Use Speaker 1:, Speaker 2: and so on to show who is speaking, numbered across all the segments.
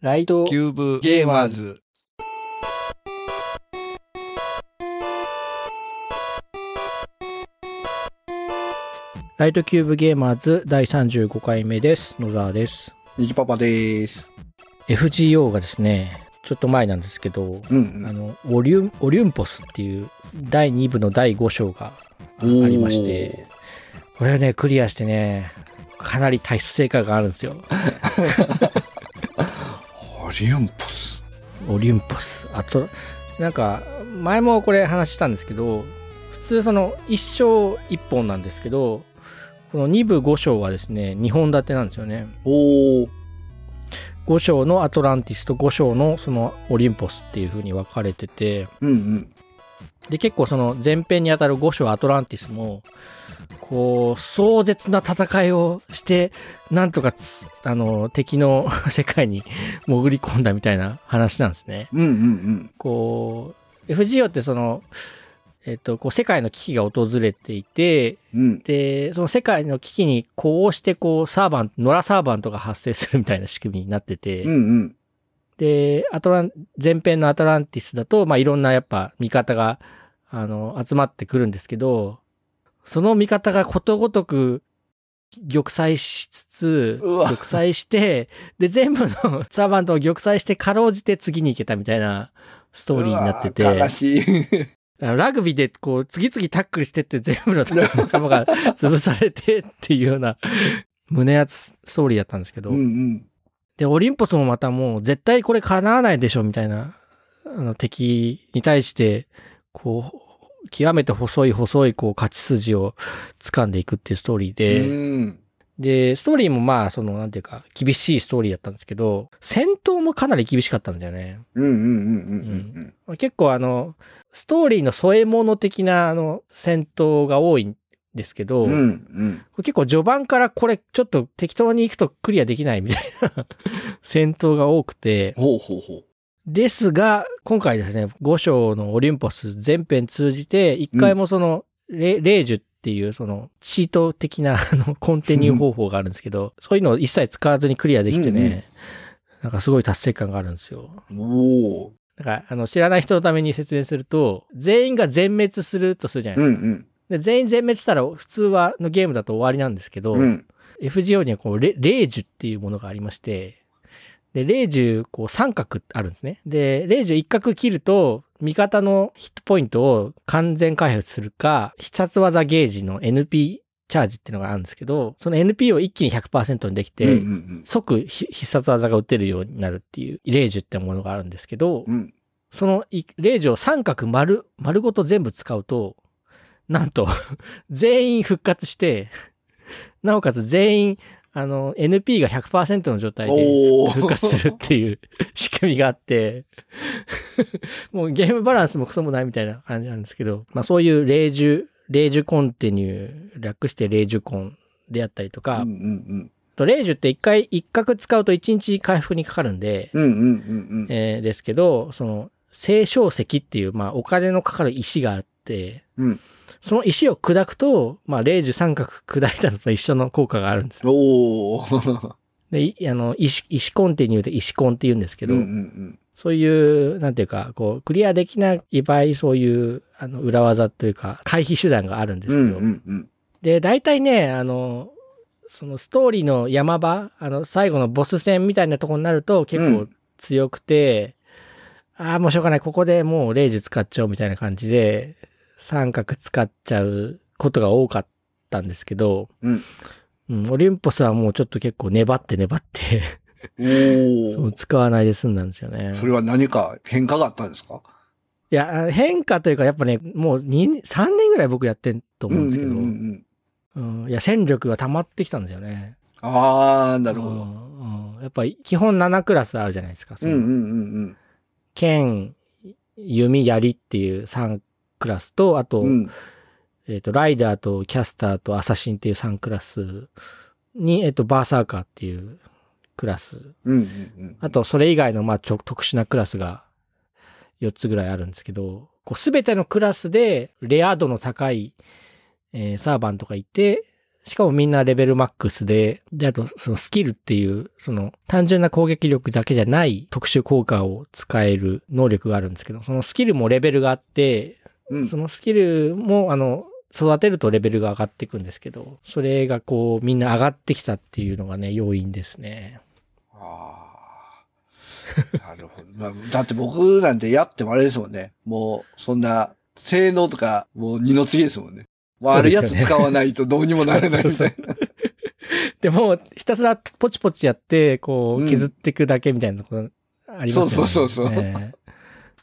Speaker 1: ライド
Speaker 2: キューブゲーマーズ。
Speaker 1: ライトキューブゲーマーズ第35回目です野沢です
Speaker 3: にじパパです。
Speaker 1: FGO がですねちょっと前なんですけど、
Speaker 3: うん
Speaker 1: あのオリュンオリュンポスっていう第2部の第5章がありましてこれはねクリアしてねかなり達成感があるんですよ
Speaker 3: オリオンポス。
Speaker 1: オリュンポスあとなんか前もこれ話したんですけど普通その1章1本なんですけどこの2部5章はですね2本立てなんですよね
Speaker 3: おお。
Speaker 1: 5章のアトランティスと5章のそのオリンポスっていう風に分かれてて
Speaker 3: うんうん。
Speaker 1: で結構その前編にあたる5章アトランティスもこう壮絶な戦いをしてなんとかつあの敵の 世界に潜り込んだみたいな話なんですね。
Speaker 3: うんうん
Speaker 1: こう FGO ってその、えっと、こう世界の危機が訪れていて
Speaker 3: うん。うん。
Speaker 1: でその世界の危機にこうしてこうサーバン野良サーバントが発生するみたいな仕組みになってて。
Speaker 3: うんうん。
Speaker 1: で、アトラン、前編のアトランティスだと、まあ、いろんなやっぱ味方が、あの、集まってくるんですけど、その味方がことごとく、玉砕しつつ、
Speaker 3: うわ
Speaker 1: 玉砕して、で、全部のサーバントを玉砕して、かろうじて次に行けたみたいなストーリーになってて、
Speaker 3: うわー悲 しい。
Speaker 1: ラグビーでこう、次々タックルしてって、全部の仲間 が潰されてっていうような、胸熱ストーリーだったんですけど、
Speaker 3: うんうん。
Speaker 1: で、オリンポスもまたもう絶対これ叶わないでしょみたいな、あの敵に対して、こう、極めて細い細いこう勝ち筋を掴んでいくっていうストーリー
Speaker 3: う
Speaker 1: で、
Speaker 3: ん。
Speaker 1: で、ストーリーもまあ、その、なんていうか、厳しいストーリーだったんですけど、戦闘もかなり厳しかったんだよね。
Speaker 3: うんうんうんうんうん
Speaker 1: 結構あの、ストーリーの添え物的なあの、戦闘が多いんですけど、
Speaker 3: うん。うんうん。
Speaker 1: 結構序盤からこれちょっと適当に行くとクリアできないみたいな 戦闘が多くて、
Speaker 3: ほうほうほう。
Speaker 1: ですが、今回ですね、5章のオリンポス全編通じて、一回もその、レレージュっていうその、チート的な あのコンティニュー方法があるんですけ ど、そういうのを一切使わずにクリアできてね、
Speaker 3: うんうん
Speaker 1: なんかすごい達成感があるんですよ。
Speaker 3: おお。
Speaker 1: だから、あの、知らない人のために説明すると、全員が全滅するとするじゃないで
Speaker 3: う
Speaker 1: すか。
Speaker 3: ん
Speaker 1: で全員全滅したら、普通は、のゲームだと終わりなんですけど、
Speaker 3: うん。うん。
Speaker 1: FGO にはこうレ、レージュっていうものがありまして、で、レージュ、こう、三角ってあるんですね。で、レージュ一角切ると、味方のヒットポイントを完全開発するか、必殺技ゲージの NP チャージっていうのがあるんですけど、その NP を一気に100%にできて、
Speaker 3: うんうん
Speaker 1: 即ひ必殺技が打てるようになるっていう、レージュってものがあるんですけど、
Speaker 3: うん。うん。
Speaker 1: そのいレージュを三角丸、丸ごと全部使うと、なんと、 全員復活して、なおかつ全員、あの、NP が100%の状態で
Speaker 3: おお。
Speaker 1: 復活するって いう仕組みがあって、もうゲームバランスもクソもないみたいな感じなんですけど、まあそういうレージュ、レージュコンティニュー、略してレージュコンであったりとか、
Speaker 3: うんうん
Speaker 1: とレージュって一回、一角使うと一日回復にかかるんで、
Speaker 3: うん。うんうんうん
Speaker 1: えーですけど、その、青少石っていう、まあ、お金のかかる石があって、
Speaker 3: うん
Speaker 1: その石を砕くと、まあ、レージュ三角砕いたのと一緒の効果があるんです。
Speaker 3: おお。
Speaker 1: で、いあの、石、石コンティニューで石コンって言うんですけ
Speaker 3: け
Speaker 1: ど、
Speaker 3: うんうん
Speaker 1: そういう、なんていうか、こう、クリアできない場合、そういう、あの、裏技というか、回避手段があるんで
Speaker 3: うん。
Speaker 1: す
Speaker 3: う
Speaker 1: け
Speaker 3: ん
Speaker 1: ど、
Speaker 3: うんうん。
Speaker 1: で、大体ね、あの、そのストーリーの山場、あの、最後のボス戦みたいなとこになると結
Speaker 3: う
Speaker 1: 構
Speaker 3: ん
Speaker 1: 強くて、ああ、もうしょうがない。ここでもうレイジ使っちゃおうみたいな感じで、三角使っちゃうことが多かったんですけど、
Speaker 3: うん
Speaker 1: うんオリンポスはもうちょっと結構粘って粘って、
Speaker 3: お
Speaker 1: そ
Speaker 3: お
Speaker 1: う。使わないで済んだんですよね。
Speaker 3: それは何か変化があったんですか
Speaker 1: いや、あ変化というか、やっぱね、もう2、3年ぐらい僕やってんと思うんですけど、
Speaker 3: うんうんうんうん。
Speaker 1: うんいや、戦力が溜まってきたんですよね。
Speaker 3: ああ、なるほ
Speaker 1: う
Speaker 3: ど。
Speaker 1: んうんやっぱり基本7クラスあるじゃないですか。そ
Speaker 3: うん
Speaker 1: の
Speaker 3: うんうん
Speaker 1: 剣、弓、槍っていう3クラスと、あと,、
Speaker 3: うん。うん。
Speaker 1: えっとライダーとキャスターとアサシンっていう3クラスに、えっとバーサーカーっていうクラス。
Speaker 3: うんうんうん。
Speaker 1: あとそれ以外のまあちょ特殊なクラスが4つぐらいあるんですけど、こう全てのクラスでレア度の高い、えーサーバントがいて、しかもみんなレベルマックスで、で、あとそのスキルっていう、その単純な攻撃力だけじゃない特殊効果を使える能力があるんですけど、そのスキルもレベルがあって、
Speaker 3: うん
Speaker 1: そのスキルも、あの、育てるとレベルが上がっていくんですけど、それがこう、みんな上がってきたっていうのがね、要因ですね。
Speaker 3: ああ。なるほど。まあ、だって僕なんてやってもあれですもんね。もう、そんな、性能とか、もう二の次ですもんね。
Speaker 1: そう
Speaker 3: 悪
Speaker 1: で
Speaker 3: い
Speaker 1: すよ
Speaker 3: や
Speaker 1: ね
Speaker 3: つ使わないとどうにもならないみたいな。
Speaker 1: でも、ひたすらポチポチやって、こ
Speaker 3: う
Speaker 1: う、
Speaker 3: ん
Speaker 1: 削っていくだけみたいなことありますよね。
Speaker 3: そうそうそうそう
Speaker 1: ね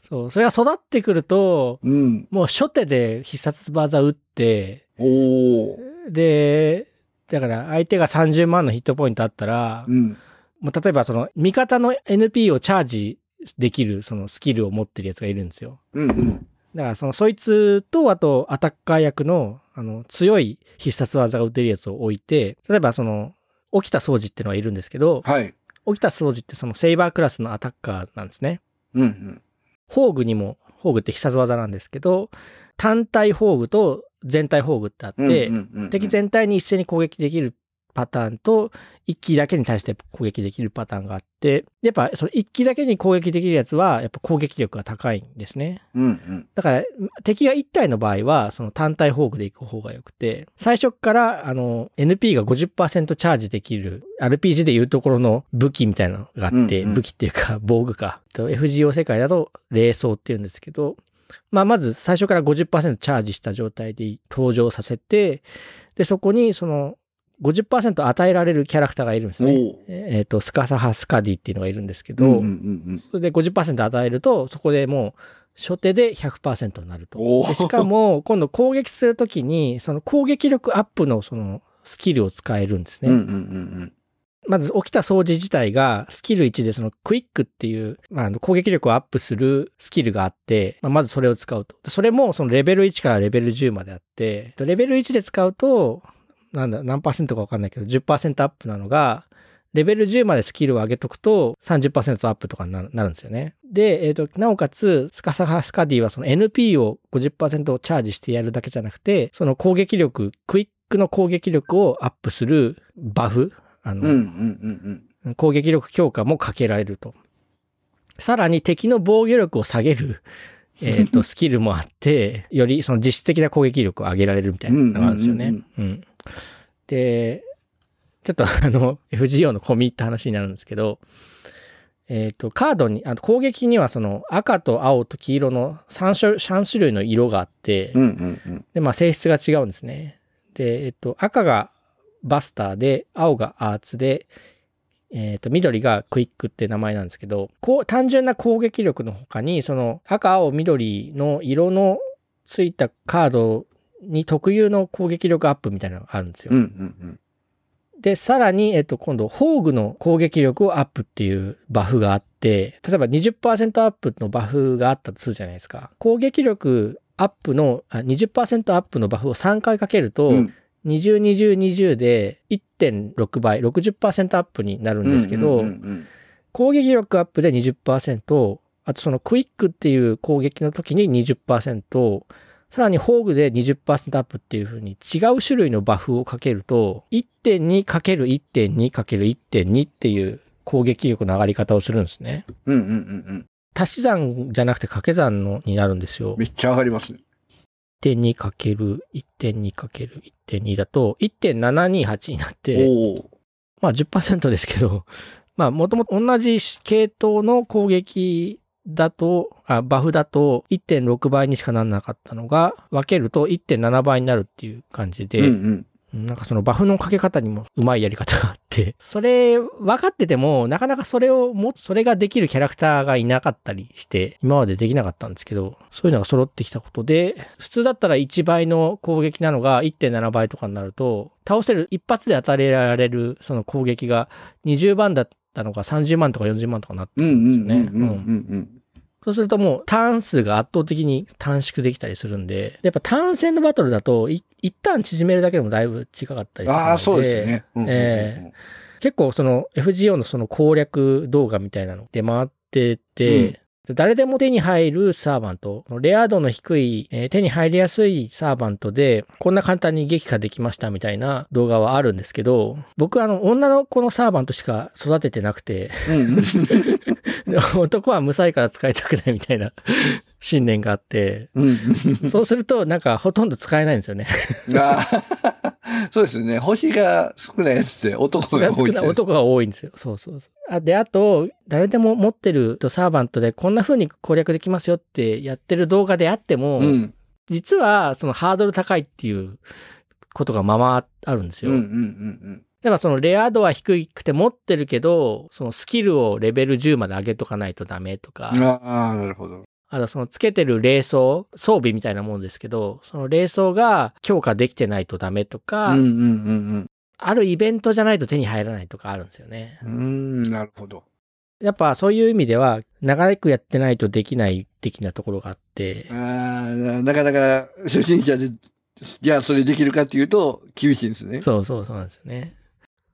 Speaker 1: そう、それが育ってくると、
Speaker 3: うん。
Speaker 1: もう初手で必殺技打って、
Speaker 3: おー。
Speaker 1: で、だから相手が30万のヒットポイントあったら、
Speaker 3: うん。
Speaker 1: もう例えばその味方の NP をチャージできるそのスキルを持ってるやつがいるんですよ。
Speaker 3: うんうん。
Speaker 1: だからそのそいつとあとアタッカー役のあの強い必殺技が打てるやつを置いて例えばその起きた掃除っていうのがいるんですけど
Speaker 3: はい。
Speaker 1: 起きた掃除ってそのセイバークラスのアタッカーなんですね。
Speaker 3: うんうん。
Speaker 1: 宝具にも宝具って必殺技なんですけど単体宝具と全体宝具ってあって、
Speaker 3: うんうんうんうん
Speaker 1: 敵全体に一斉に攻撃できるパターンと、一機だけに対して攻撃できるパターンがあって、やっぱその一機だけに攻撃できるやつは、やっぱ攻撃力が高いんですね。
Speaker 3: うんうん。
Speaker 1: だから、敵が1体の場合は、その単体フォークで行く方が良くて、最初っから、あの、NP が50%チャージできる、RPG でいうところの武器みたいなのがあって、
Speaker 3: うんうん
Speaker 1: 武器っていうか、防具か。と FGO 世界だと、霊装っていうんですけど、まあ、まず最初から50%チャージした状態で登場させて、で、そこに、その、50%与えられるキャラクターがいるんです
Speaker 3: お
Speaker 1: ね。
Speaker 3: ー。
Speaker 1: えっ、と、スカサハスカディっていうのがいるんですけ
Speaker 3: う
Speaker 1: ど、
Speaker 3: んうんうん
Speaker 1: それで50%与えると、そこでもう、初手で100%になる
Speaker 3: お
Speaker 1: と。
Speaker 3: ー
Speaker 1: でしかも、今度攻撃するときに、その攻撃力アップのそのスキルを使えるんです
Speaker 3: うん。
Speaker 1: ね。
Speaker 3: うんうんうん
Speaker 1: まず起きた掃除自体が、スキル1でそのクイックっていう、まあ、あの攻撃力をアップするスキルがあって、まあ、まずそれを使うと。でそれもそのレベル1からレベル10まであって、レベル1で使うと、なんだ、何パーセントかわかんないけど、10%アップなのが、レベル10までスキルを上げとくと30%アップとかになるなるんですよね。で、えっ、と、なおかつ、スカサハスカディはその NP を50%チャージしてやるだけじゃなくて、その攻撃力、クイックの攻撃力をアップするバフ、あ
Speaker 3: う
Speaker 1: の、
Speaker 3: ん。うんうんうんうん。
Speaker 1: 攻撃力強化もかけられると。さらに敵の防御力を下げる、 えっ、 と、スキルもあって、よりその実質的な攻撃力を上げられるみたいなのがあるんですよ
Speaker 3: うん
Speaker 1: ね
Speaker 3: うん。
Speaker 1: うんで、ちょっとあの、FGO のコミって話になるんですけど、えっ、と、カードに、あと攻撃にはその赤と青と黄色の3種 ,3 種類の色があって、
Speaker 3: うんうんうん。
Speaker 1: で、まあ性質が違うんですね。で、えっと、赤がバスターで、青がアーツで、えっと、緑がクイックって名前なんですけど、こう、単純な攻撃力の他に、その赤、青、緑の色のついたカードに特有の攻撃力アップみたいなのがあるんですよ。
Speaker 3: うんうんうん。
Speaker 1: で、さらに、えっと、今度、宝具の攻撃力をアップっていうバフがあって、例えば20%アップのバフがあったとするじゃないですか。攻撃力アップの、あ20%アップのバフを3回かけると、
Speaker 3: うん
Speaker 1: 20、20、20で1.6倍、60%アップになるんですけど、
Speaker 3: うんうん
Speaker 1: 攻撃力アップで20%、あとそのクイックっていう攻撃の時に20%、さらに宝具で20%アップっていう風に違う種類のバフをかけると、1.2×1.2×1.2 っていう攻撃力の上がり方をするんですね。
Speaker 3: うんうんうんうん
Speaker 1: 足し算じゃなくて掛け算のになるんですよ
Speaker 3: うん。め。っちゃ上がりますね。
Speaker 1: 1.2×1.2×1.2 だと1.728になって、
Speaker 3: おお。
Speaker 1: まあ10%ですけど、 まあもともと同じ系統の攻撃だと、あバフだと1.6倍にしかならなかったのが、分けると1.7倍になるっていう感じ
Speaker 3: うんう
Speaker 1: で、
Speaker 3: ん。
Speaker 1: なんかそのバフのかけ方にもうまいやり方があって、 それ分かってても、なかなかそれをも、それができるキャラクターがいなかったりして、今までできなかったんですけど、そういうのが揃ってきたことで、普通だったら1倍の攻撃なのが1.7倍とかになると、倒せる、一発で当たれられるその攻撃が20番だったのが30万とか40万とかなって
Speaker 3: うんうんうんうんうん
Speaker 1: そうするともうターン数が圧倒的に短縮できたりするんで、やっぱターン戦のバトルだと、い一旦縮めるだけでもだいぶ違かったりするの
Speaker 3: うん。
Speaker 1: で。
Speaker 3: ああ、そうですね。うんうんうんうん
Speaker 1: え結構その FGO のその攻略動画みたいなの出回ってて、
Speaker 3: うん
Speaker 1: で誰でも手に入るサーバント、レア度の低い、えー手に入りやすいサーバントで、こんな簡単に撃破できましたみたいな動画はあるんですけど、僕あの、女の子のサーバントしか育ててなくて、
Speaker 3: うんうん。
Speaker 1: で男は無才から使いたくないみたいな 信念があって、
Speaker 3: うん
Speaker 1: そうするとなんかほとんど使えないんですよね。
Speaker 3: うん。あーそうですよね。星が少ないやつって男が多い
Speaker 1: 少
Speaker 3: って
Speaker 1: ない男が多いんですよ。そうそうそう。あで、あと、誰でも持ってるサーバントでこんな風に攻略できますよってやってる動画であっても、
Speaker 3: うん。
Speaker 1: 実はそのハードル高いっていうことがままあるんです
Speaker 3: うん
Speaker 1: よ。
Speaker 3: うんうん
Speaker 1: 例えばそのレア度は低くて持ってるけど、そのスキルをレベル10まで上げとかないとダメとか
Speaker 3: う、ん。ああー、なるほど。
Speaker 1: あとそのつけてる霊装、装備みたいなもんですけど、その霊装が強化できてないとダメと
Speaker 3: うん
Speaker 1: か、
Speaker 3: うんうん
Speaker 1: あるイベントじゃないと手に入らないとかあるんですよね。
Speaker 3: うん。うーん、なるほど。
Speaker 1: やっぱそういう意味では、長くやってないとできない的なところがあって
Speaker 3: あ、あ、なかなか初心者で、じゃあそれできるかっていうと、厳しいんですね。
Speaker 1: そうそうそうなんですよね。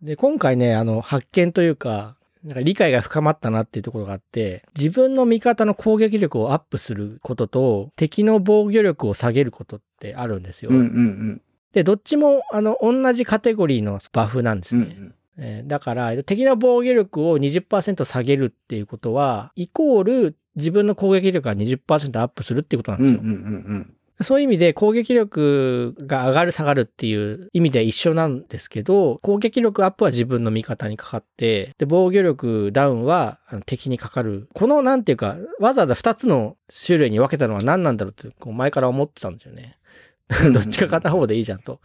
Speaker 1: で、今回ね、あの、発見というか、なんか理解が深まったなっていうところがあって、自分の味方の攻撃力をアップすることと、敵の防御力を下げることってあるんですよ。
Speaker 3: うんうん
Speaker 1: で、どっちも、あの、同じカテゴリーのバフなんです
Speaker 3: うん。う
Speaker 1: ね。
Speaker 3: ん
Speaker 1: えーだから、敵の防御力を20%下げるっていうことは、イコール自分の攻撃力が20%アップするっていうことなん
Speaker 3: うん。
Speaker 1: で
Speaker 3: うん
Speaker 1: す
Speaker 3: うん
Speaker 1: よ。
Speaker 3: うん
Speaker 1: そういう意味で攻撃力が上がる下がるっていう意味では一緒なんですけど、攻撃力アップは自分の味方にかかって、で、防御力ダウンはあの敵にかかる。このなんていうか、わざわざ2つの種類に分けたのは何なんだろうって、こう前から思ってたんですよね。
Speaker 3: うん。
Speaker 1: どっちか片方でいいじゃんと。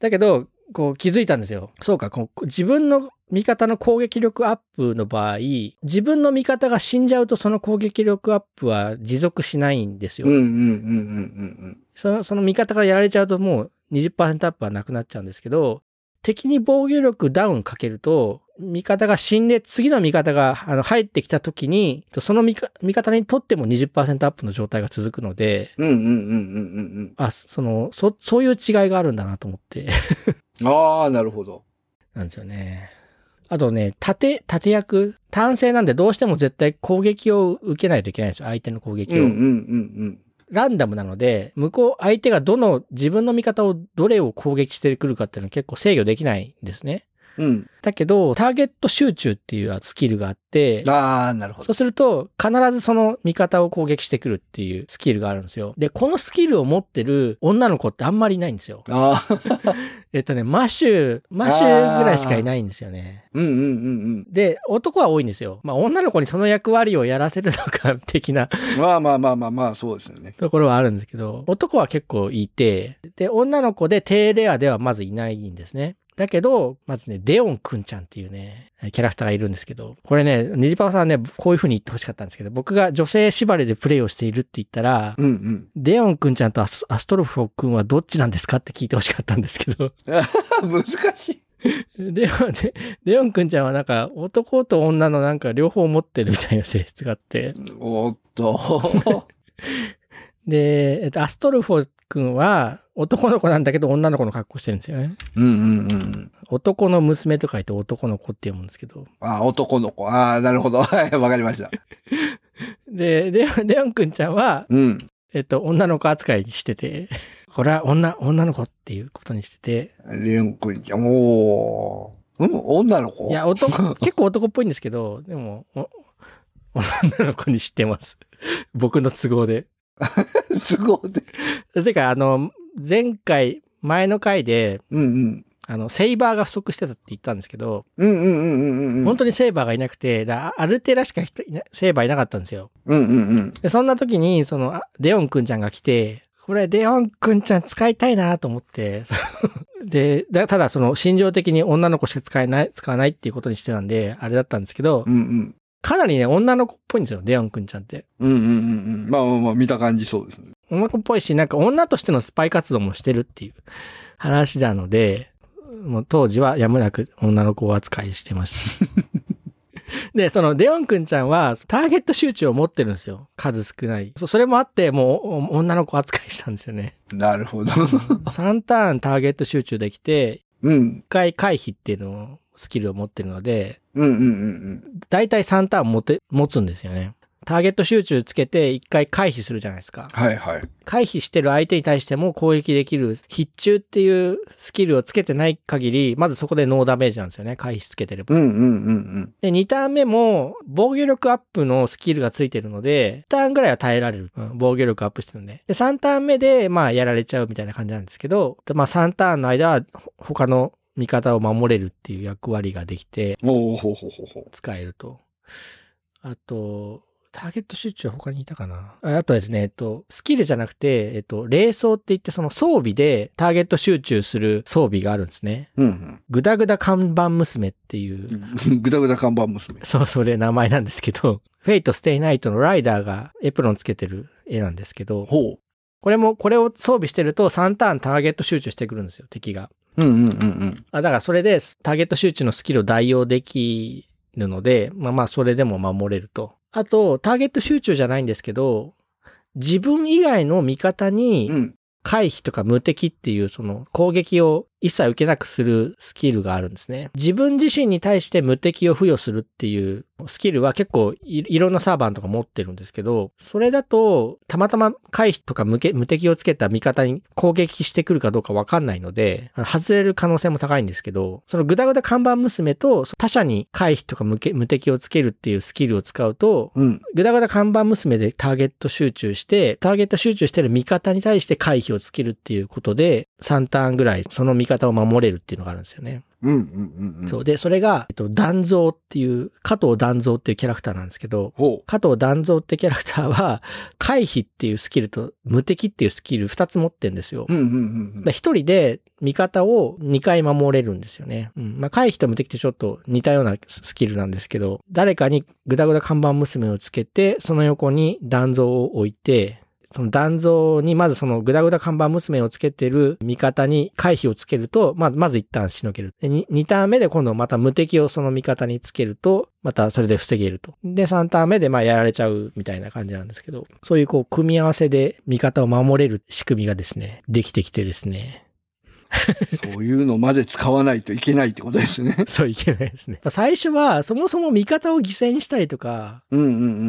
Speaker 1: だけど、こう気づいたんですよ。そうか、こう自分の味方の攻撃力アップの場合、自分の味方が死んじゃうとその攻撃力アップは持続しないんですよ。
Speaker 3: うんうんうんうん
Speaker 1: その、その味方がやられちゃうともう20%アップはなくなっちゃうんですけど、敵に防御力ダウンかけると、味方が死んで、次の味方があの入ってきた時に、その味方味方にとっても20%アップの状態が続くので、
Speaker 3: うんうん。うんうんうんうん
Speaker 1: あ、その、そ、そういう違いがあるんだなと思って、
Speaker 3: うん。ああ、なるほど。
Speaker 1: なんですよね。あとね、盾、盾役、単性なんでどうしても絶対攻撃を受けないといけないんですよ。相手の攻撃
Speaker 3: うん
Speaker 1: を。
Speaker 3: うんうん
Speaker 1: ランダムなので、向こう、相手がどの、自分の味方をどれを攻撃してくるかっていうのは結構制御できないんですね。
Speaker 3: うん。うん。
Speaker 1: だけど、ターゲット集中っていうスキルがあって、
Speaker 3: ああ、なるほ
Speaker 1: そ
Speaker 3: ど。
Speaker 1: うすると、必ずその味方を攻撃してくるっていうスキルがあるんですよ。で、このスキルを持ってる女の子ってあんまりいないんですよ。
Speaker 3: ああ、
Speaker 1: えっとね、マシュー、マシューぐらいしかいないんですよね。
Speaker 3: うんうんうん
Speaker 1: で、男は多いんですよ。まあ、女の子にその役割をやらせるのか、的な
Speaker 3: うん。まあまあまあまあまあ、そうですよね。
Speaker 1: ところはあるんですけど、男は結構いて、で、女の子で低レアではまずいないんですね。だけど、まずね、デオンくんちゃんっていうね、キャラクターがいるんですけど、これね、ニジパワさんはね、こういう風に言ってほしかったんですけど、僕が女性縛りでプレイをしているって言ったら、
Speaker 3: うんうん。
Speaker 1: デオンくんちゃんとアスアストロフくんはどっちなんですかって聞いてほしかったんですけど、
Speaker 3: 難しい。
Speaker 1: デオン、デデオンくんちゃんはなんか男と女のなんか両方持ってるみたいな性質があって、
Speaker 3: おっと。
Speaker 1: で、えっと、アストルフォ君は男の子なんだけど女の子の格好してるんですよね。
Speaker 3: うんうんうん。
Speaker 1: 男の娘と書いて男の子って読むんですけど。
Speaker 3: ああ、男の子。ああ、なるほど。 はい、わかりました。
Speaker 1: で、レオンレオン君ちゃんは、
Speaker 3: うん。
Speaker 1: えっと、女の子扱いしてて、 これは女、女の子っていうことにしてて、
Speaker 3: レオンくんちゃん、おー。うん、女の子
Speaker 1: いや、男、結構男っぽいんですけど、でも、お女の子にしてます。 僕の都合で。
Speaker 3: すごいね。
Speaker 1: てか、あの、前回、前の回で、
Speaker 3: うんうん。
Speaker 1: あの、セイバーが不足してたって言ったんですけど、
Speaker 3: うんうんうんうんうん。
Speaker 1: 本当にセーバーがいなくて、だアルテラしか人いなセーバーいなかったんですよ。
Speaker 3: うんうんうん。
Speaker 1: で、そんな時に、その、あデオンくんちゃんが来て、これ、デオンくんちゃん使いたいなと思って、 そので、だただ、その、心情的に女の子しか使えない、使わないっていうことにしてたんで、あれだったんですけど
Speaker 3: う、んうん。
Speaker 1: かなりね、女の子っぽいんですよ、デオンくんちゃんって。
Speaker 3: うんうんうんうん。まあまあまあ、見た感じそうですね。
Speaker 1: 女の子っぽいし、なんか女としてのスパイ活動もしてるっていう話なので、もう当時はやむなく女の子を扱いしてました。で、そのデオンくんちゃんはターゲット集中を持ってるんですよ。数少ない。そそれもあって、もうお女の子扱いしたんですよ ね。
Speaker 3: なるほど。
Speaker 1: 3ターンターゲット集中できて、
Speaker 3: うん。
Speaker 1: 1回回避っていうのを、スキルを持ってるので、
Speaker 3: うんうんうん
Speaker 1: だいたい3ターン持て、持つんですよね。ターゲット集中つけて一回回避するじゃないですか。
Speaker 3: はいはい。
Speaker 1: 回避してる相手に対しても攻撃できる必中っていうスキルをつけてない限り、まずそこでノーダメージなんですよね。回避つけてれば。
Speaker 3: うんうんうん
Speaker 1: で、2ターン目も防御力アップのスキルがついてるので、1ターンぐらいは耐えられる。うん防御力アップしてるんで。で、3ターン目で、まあ、やられちゃうみたいな感じなんですけど、でまあ、3ターンの間はほ他の味方を守れるっていう役割ができて、
Speaker 3: うん。おおほうほうほうほう。
Speaker 1: 使えると。あと、ターゲット集中は他にいたかなああとはですね、えっと、スキルじゃなくて、えっと、霊装って言ってその装備でターゲット集中する装備があるんですね。
Speaker 3: うん
Speaker 1: グダグダ看板娘っていう
Speaker 3: うん。ぐだぐだ看板娘。
Speaker 1: そう、それ名前なんですけど、フェイト・ステイ・ナイトのライダーがエプロンつけてる絵なんですけど、
Speaker 3: ほ
Speaker 1: これも、これを装備してると3ターンターゲット集中してくるんですよ、敵が。
Speaker 3: う。うんうんうん
Speaker 1: あだからそれでターゲット集中のスキルを代用できるので、まあまあそれでも守れると。あと、ターゲット集中じゃないんですけど、自分以外の味方
Speaker 3: うん。
Speaker 1: に
Speaker 3: うん。
Speaker 1: 回避とか無敵っていうその攻撃を一切受けなくするスキルがあるんですね。自分自身に対して無敵を付与するっていうスキルは結構いいろんなサーバーとか持ってるんですけど、それだとたまたま回避とか無け無敵をつけた味方に攻撃してくるかどうかわかんないので、あの外れる可能性も高いんですけど、そのグダグダ看板娘と他者に回避とか無け無敵をつけるっていうスキルを使うと、
Speaker 3: うん。
Speaker 1: ぐだぐだ看板娘でターゲット集中して、ターゲット集中してる味方に対して回避をつけるっていうことで、3ターンぐらいその味方を守れるっていうのがあるんですよね。
Speaker 3: うんうんうん。。
Speaker 1: そううんで、それが、えっと、断蔵っていう、加藤断蔵っていうキャラクターなんですけど、
Speaker 3: ほ
Speaker 1: 加藤断蔵ってキャラクターは、回避っていうスキルと無敵っていうスキル2つ持ってんですよ
Speaker 3: う。う。んうんうん
Speaker 1: だ1人で味方を2回守れるんですよね。うん。まあ、回避と無敵ってちょっと似たようなスキルなんですけど、誰かにグダグダ看板娘をつけて、その横に断像を置いて、その断像にまずそのグダグダ看板娘をつけてる味方に回避をつけると、まず、まず一旦しのげる。で、2, ターン目で今度また無敵をその味方につけると、またそれで防げると。で、3ターン目でまあやられちゃうみたいな感じなんですけど、そういうこう組み合わせで味方を守れる仕組みがですね、できてきてですね、
Speaker 3: うん。そういうのまで使わないといけないってことです ね。
Speaker 1: そういけないですね。最初は、そもそも味方を犠牲にしたりとか、
Speaker 3: うんう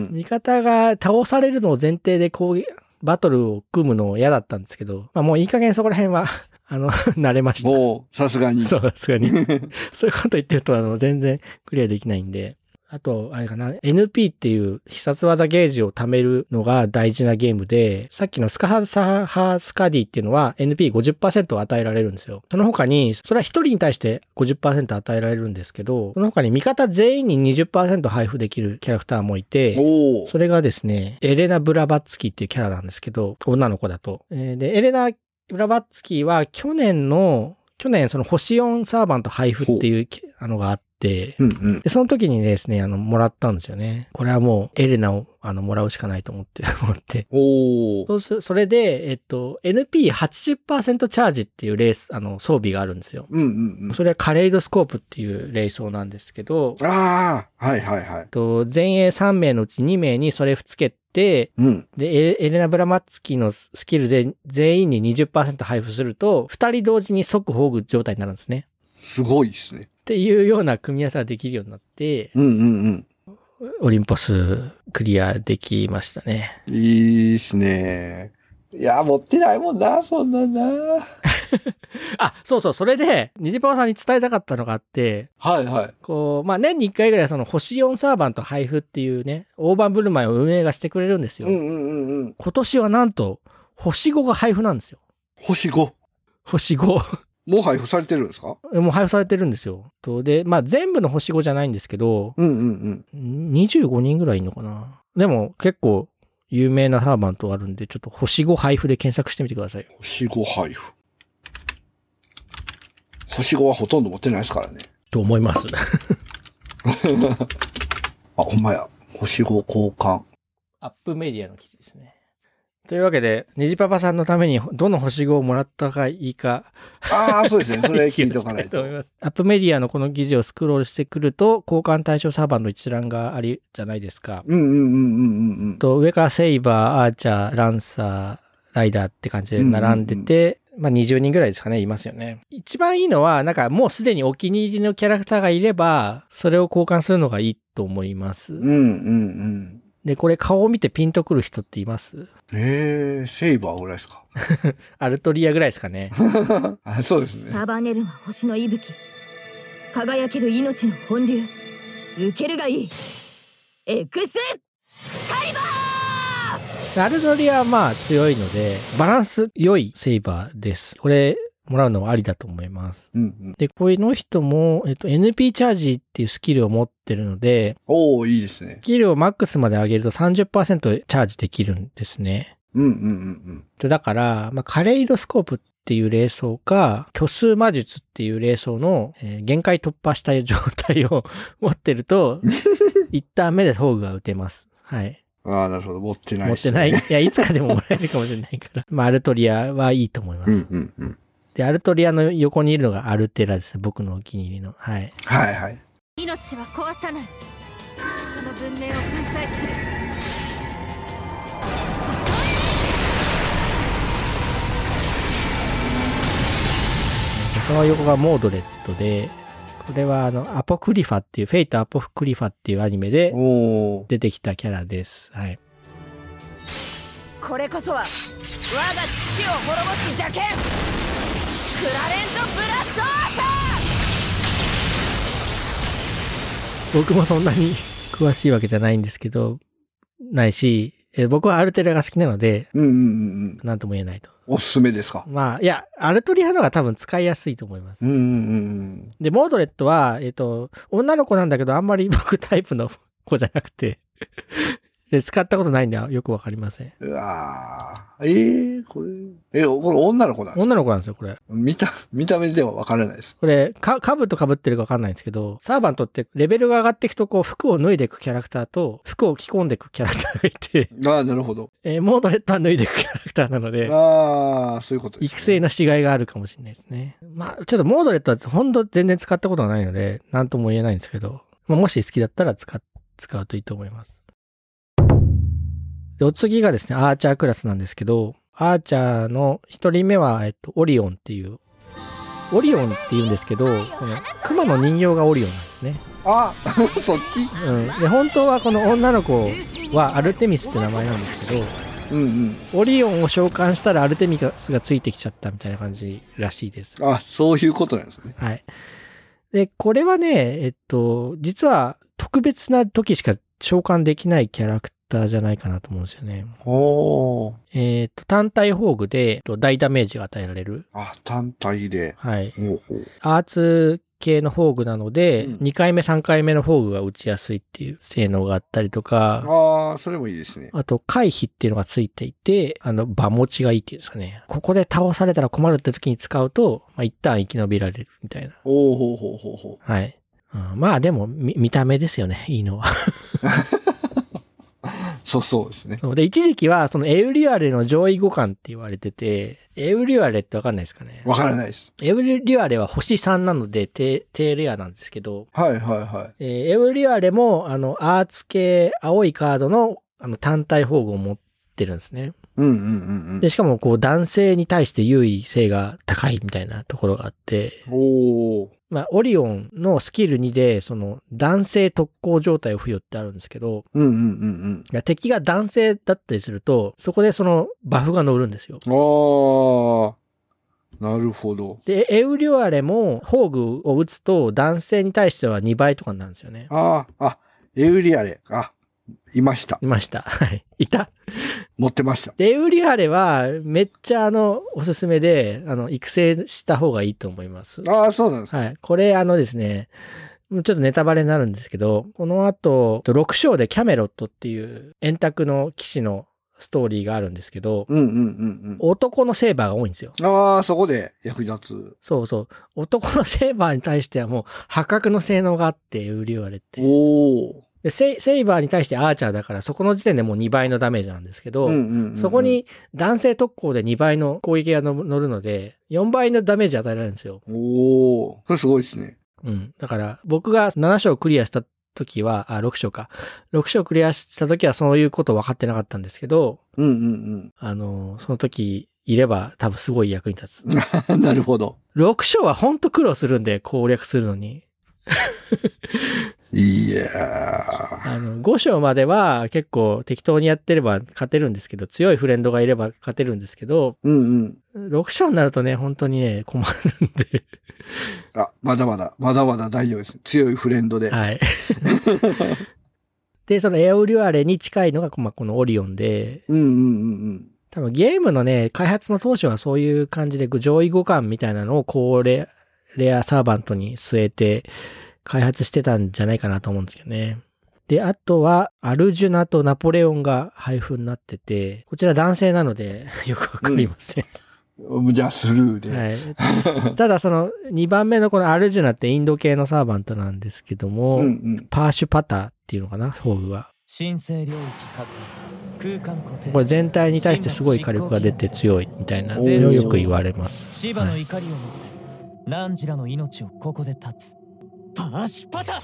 Speaker 3: ん
Speaker 1: 味方が倒されるのを前提で攻撃、バトルを組むの嫌だったんですけど、まあもういい加減そこら辺は、 あの、慣れま
Speaker 3: うん。
Speaker 1: した。
Speaker 3: もう、さすがに。
Speaker 1: そう、さすがに。 そういうこと言ってると、あの、全然クリアできないんで。あと、あれかな、NP っていう必殺技ゲージを貯めるのが大事なゲームで、さっきのスカハサハスカディっていうのは NP50% を与えられるんですよ。その他に、それは1人に対して50%与えられるんですけど、その他に味方全員に20%配布できるキャラクターもいて、
Speaker 3: おお。
Speaker 1: それがですね、エレナ・ブラバッツキーっていうキャラなんですけど、女の子だと。えーで、エレナ・ブラバッツキーは去年の、去年その星4サーバント配布っていうきあのがあって、
Speaker 3: うんうん。
Speaker 1: で、その時にですね、あの、もらったんですよね。これはもう、エレナを、あの、もらうしかないと思って、 思って。
Speaker 3: おお。
Speaker 1: そうする、それで、えっと、NP80% チャージっていうレース、あの、装備があるんですよ。
Speaker 3: うんうん
Speaker 1: それはカレイドスコープっていうレースなんですけど
Speaker 3: う、ん。ああ、はいはいはい
Speaker 1: えっ。と、前衛3名のうち2名にそれつけて、
Speaker 3: うん。
Speaker 1: で、エエレナ・ブラマッツキーのスキルで全員に20%配布すると、2人同時に即防具状態になるんですね。
Speaker 3: すごいですね。
Speaker 1: っていうような組み合わせができるようになって、
Speaker 3: うんうん
Speaker 1: オリンポスクリアできましたね。
Speaker 3: うん。いいっすね。いや、持ってないもんな、そんなんな。
Speaker 1: あ、そうそう、それで、ニジパワさんに伝えたかったのがあって、
Speaker 3: はいはい。
Speaker 1: こう、まあ、年に1回ぐらいその星4サーバント配布っていうね、大盤振る舞いを運営がしてくれるんですよ。
Speaker 3: うんうんうんうん。
Speaker 1: 今年はなんと、星5が配布なんですよ。
Speaker 3: 星5。
Speaker 1: 星5。
Speaker 3: もう配布されてるんですか
Speaker 1: もう配布されてるんですよ。とで、まあ、全部の星5じゃないんですけど、
Speaker 3: うんうん
Speaker 1: 25人ぐらいいんのかなでも結構有名なサーバントあるんで、ちょっと星5配布で検索してみてくださいよ
Speaker 3: うん。。星5配布。星5はほとんど持ってないですからね。
Speaker 1: と思います。
Speaker 3: あ、ほんまや。星5交換。
Speaker 1: アップメディアの記事ですね。というわけで、ネジパパさんのためにどの星5をもらったかいいか、
Speaker 3: ああ、そうですね。そ れ聞いとかないと。
Speaker 1: 思います。 アップメディアのこの記事をスクロールしてくると、交換対象サーバーの一覧がありじゃないですか。
Speaker 3: うんうんうんうんうんうん。
Speaker 1: と上からセイバー、アーチャー、ランサー、ライダーって感じで並んでて、まあ20人ぐらいですかね、いますよね。一番いいのは、なんかもうすでにお気に入りのキャラクターがいれば、それを交換するのがいいと思います。
Speaker 3: うんうんうん。
Speaker 1: で、これ顔を見てピンとくる人っています
Speaker 3: えー、セイバーぐらいですか。
Speaker 1: アルトリアぐらいですかね。
Speaker 3: あ そうです ね。
Speaker 2: 束ねるは星の息吹輝ける命の本流受けるがいいエクスカリバ
Speaker 1: アルトリアはまあ強いので、バランス良いセイバーです。これ、もらうのはありだと思います。
Speaker 3: うんうん。
Speaker 1: で、この人も、えっと、NP チャージっていうスキルを持ってるので、
Speaker 3: おー、いいですね
Speaker 1: ス。キルをマックスまで上げると30%チャージできるんですね。
Speaker 3: うんうんうん
Speaker 1: でだから、まあ、カレイドスコープっていう霊装か、虚数魔術っていう霊装の、えー限界突破した状態を持ってる と、一旦目で宝具が打てます。はい。
Speaker 3: うん。ああ、なるほど。持ってない
Speaker 1: 持っ
Speaker 3: です
Speaker 1: て
Speaker 3: ね
Speaker 1: ない。いや、いつかでももらえるかもしれないから。 まあ、アルトリアはいいと思います。
Speaker 3: うんうんうん。
Speaker 1: で、アルトリアの横にいるのがアルテラですね。僕のお気に入りの。はい。
Speaker 3: はいはい。
Speaker 4: 命は壊さないその文明を粉砕する
Speaker 1: でその横がモードレットで、これはあの、アポクリファっていう、フェイトアポクリファっていうアニメで
Speaker 3: おー。
Speaker 1: 出てきたキャラです。はい。
Speaker 2: ーこれこそは我が父を滅ぼす邪剣クラレント・ブラスト
Speaker 1: 僕もそんなに 詳しいわけじゃないんですけど、ないし、え僕はアルテラが好きなので、
Speaker 3: うんうんうんうん。
Speaker 1: なんとも言えないと。
Speaker 3: おすすめですか。
Speaker 1: まあ、いや、アルトリアの方が多分使いやすいと思います
Speaker 3: うん。うんうん
Speaker 1: で、モードレットは、えっ、と、女の子なんだけど、あんまり 僕タイプの子じゃなくて、で、使ったことないんで、よくわかりません。
Speaker 3: うん。うわー。えー、これ。え、これ女の子なんですか
Speaker 1: 女の子なんですよ、これ。
Speaker 3: 見た、見た目ではわからないです。
Speaker 1: これ、か、かぶと被ってるかわかんないんですけど、サーバントってレベルが上がっていくと、こう、服を脱いでいくキャラクターと、服を着込んでいくキャラクターがいて、
Speaker 3: ああ、なるほど。
Speaker 1: えーモードレットは脱いでいくキャラクターなので、
Speaker 3: ああ、そういうことです、
Speaker 1: 育成。のしがいがあるかもしれないですね。まあ、ちょっとモードレットはほんと全然使ったことがないので、なんとも言えないんですけど、まあ、もし好きだったら使っ、使うといいと思います。でお次がですね、アーチャークラスなんですけど、アーチャーの一人目は、えっと、オリオンっていう、オリオンって言うんですけど、この、熊の人形がオリオンなんですね。
Speaker 3: あ そっち
Speaker 1: うん。で、本当はこの女の子はアルテミスって名前なんですけど、
Speaker 3: うん
Speaker 1: オリオンを召喚したらアルテミスがついてきちゃったみたいな感じらしいです。
Speaker 3: うん。あ、そういうことなんですね。
Speaker 1: はい。で、これはね、えっと、実は特別な時しか召喚できないキャラクターじゃないかなと思うんですよね。
Speaker 3: おー。
Speaker 1: えっと、単体宝具でえっと大ダメージが与えられる。
Speaker 3: あ、単体で。
Speaker 1: はい。
Speaker 3: ほうほう。
Speaker 1: アーツ系の宝具なので、
Speaker 3: うん
Speaker 1: 2回目、3回目の宝具が打ちやすいっていう性能があったりとか、
Speaker 3: ああ、それもいいですね。
Speaker 1: あと、回避っていうのがついていて、あの、場持ちがいいっていうんですかね。ここで倒されたら困るって時に使うと、まあ、一旦生き延びられるみたいな。
Speaker 3: おおほうほうほうほ
Speaker 1: はい。うんまあでも見、見た目ですよね、 いいのは。
Speaker 3: う。そうそうですね。
Speaker 1: そうで、一時期は、そのエウリュアレの上位互換って言われてて、エウリュアレってわかんないですかね。
Speaker 3: わからないです。
Speaker 1: エウリュアレは星3なので、低、低レアなんですけど、
Speaker 3: はいはいは
Speaker 1: えーエウリュアレも、あの、アーツ系、青いカードの、あの、単体宝具を持ってるんですね。
Speaker 3: い。うんうんうんう
Speaker 1: で、しかも、こう、男性に対して優位性が高いみたいなところがあって、
Speaker 3: ん。おお。
Speaker 1: まあ、オリオンのスキル2で、その、男性特攻状態を付与ってあるんですけど、
Speaker 3: うんうんうん
Speaker 1: いや敵が男性だったりすると、そこでそのバフが乗るんですよ。
Speaker 3: うん。ああ。なるほど。
Speaker 1: で、エウリュアレも、宝具を打つと男性に対しては2倍とかになるんですよね。
Speaker 3: ああ、あ、エウリアレ。あ、いました。
Speaker 1: いました。 はい。いた。
Speaker 3: 持ってました。
Speaker 1: で、エウリュアレは、めっちゃあの、おすすめで、あの、育成した方がいいと思います。
Speaker 3: ああ、そうなんですか。
Speaker 1: はい。これ、あのですね、もうちょっとネタバレになるんですけど、この後、6章でキャメロットっていう、円卓の騎士のストーリーがあるんですけど、
Speaker 3: うんうんうん
Speaker 1: 男のセーバーが多いんですよ。
Speaker 3: うん。ああ、そこで役立つ。
Speaker 1: そうそう。男のセイバーに対してはもう破格の性能があって、ウリュアレって。
Speaker 3: おお。
Speaker 1: でセイセイバーに対してアーチャーだから、そこの時点でもう2倍のダメージなんですけど、
Speaker 3: うんうんうんうん
Speaker 1: そこ。に男性特攻で2倍の攻撃がの乗るので、4倍のダメージ与えられるんですよ。
Speaker 3: おお。それすごいですね。
Speaker 1: うん。だから、僕が7章クリアした時は、あ、6章か。6章クリアした時はそういうこと分かってなかったんですけど、
Speaker 3: うんうん
Speaker 1: あの、その時いれば多分すごい役に立つ。
Speaker 3: うん。 なるほど。
Speaker 1: 6章はほんと苦労するんで、攻略するのに。
Speaker 3: いや
Speaker 1: あの、5章までは結構適当にやってれば勝てるんですけど、強いフレンドがいれば勝てるんですけど、
Speaker 3: ー。うんうん。
Speaker 1: 6章になるとね、本当にね、困るんで。
Speaker 3: あ、まだまだ、まだまだ大丈夫です。強いフレンドで。
Speaker 1: はい。で、そのエオリュアレに近いのが、まあ、このオリオンで、
Speaker 3: うんうんうん
Speaker 1: 多分ゲームのね、開発の当初はそういう感じで、こう上位互換みたいなのをこうレ、レアサーバントに据えて開発してたんじゃないかなと思うんですけどね。で、あとは、アルジュナとナポレオンが配布になってて、こちら男性なので よくわかりません。
Speaker 3: うん。じゃあスルーで。
Speaker 1: はい。ただその2番目のこのアルジュナってインド系のサーバントなんですけども、
Speaker 3: うんうん。
Speaker 1: パーシュパターっていうのかな、フォーグは。
Speaker 5: 神聖領域確保空間固定
Speaker 1: これ全体に対してすごい火力が出て強いみたいな、
Speaker 3: お
Speaker 1: よ
Speaker 3: ー
Speaker 1: く言われます。
Speaker 5: 芝の怒りを持って何時らの命をここで断つパーシュパタ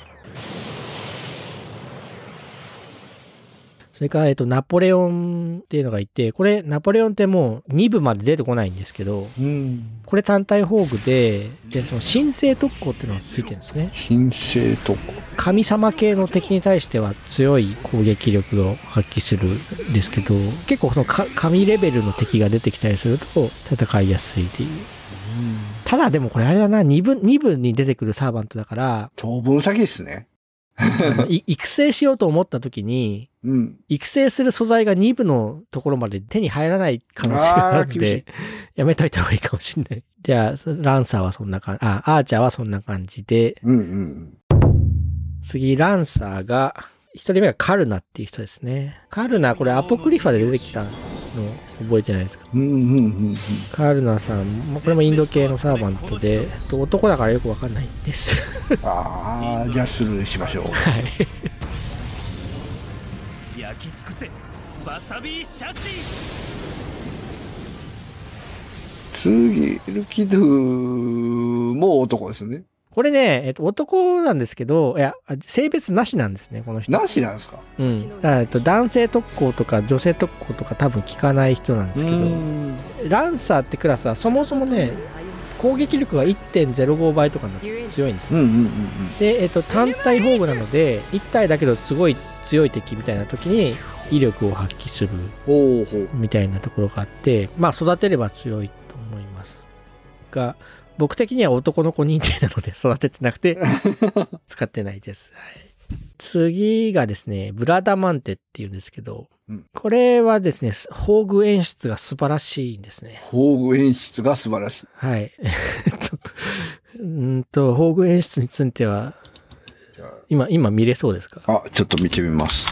Speaker 1: それから、えっと、ナポレオンっていうのがいて、これ、ナポレオンってもう2部まで出てこないんですけど、
Speaker 3: うん。
Speaker 1: これ単体宝具で、で、その神聖特攻っていうのがついてるんですね。
Speaker 3: 神聖とこ。
Speaker 1: 神様系の敵に対しては強い攻撃力を発揮するんですけど、結構そのか神レベルの敵が出てきたりすると戦いやすいっていう。ただでもこれあれだな、2部、二部に出てくるサーバントだから、
Speaker 3: 当分先ですね。
Speaker 1: あのい育成しようと思った時に、
Speaker 3: うん。
Speaker 1: 育成する素材が2部のところまで手に入らない可能性があるん
Speaker 3: あー厳し
Speaker 1: で、やめといた方がいいかもしんない。じゃあ、ランサーはそんな感じ、あ、アーチャーはそんな感じで、
Speaker 3: うんうん
Speaker 1: 次、ランサーが、1人目がカルナっていう人ですね。カルナ、これアポクリファで出てきたの覚えてないですか
Speaker 3: うん。うんう んうんうん。
Speaker 1: カルナさん、これもインド系のサーバントで、男だからよくわかんないんです。
Speaker 3: ああ、じゃあスルーしましょう。
Speaker 5: 焼き尽くせバサビーシャテ
Speaker 3: 次、ルキドゥも男ですよね。
Speaker 1: これね、えっと、男なんですけど、いや、性別なしなんですね、この人。
Speaker 3: なしなんですか
Speaker 1: うん、だからえっと男性特攻とか女性特攻とか多分効かない人なんですけど
Speaker 3: ん。
Speaker 1: ランサーってクラスはそもそもね攻撃力が1.05倍とかになって強いんですよ
Speaker 3: うんうんうん
Speaker 1: で、えっと、単体防具なので1体だけどすごい強い敵みたいな時に威力を発揮する
Speaker 3: うん。ほうほう。
Speaker 1: みたいなところがあってまあ育てれば強いと思いますが僕的には男の子認定なので育ててなく て使ってないです、はい次がですねブラダマンテっていうんですけど、
Speaker 3: うん
Speaker 1: これはですね宝具演出が素晴らしいんですね
Speaker 3: 宝具演出が素晴らしい。
Speaker 1: はい えっとうーんと宝具演出については
Speaker 3: じゃ
Speaker 1: 今今見れそうですか
Speaker 3: あ、ちょっと見てみます。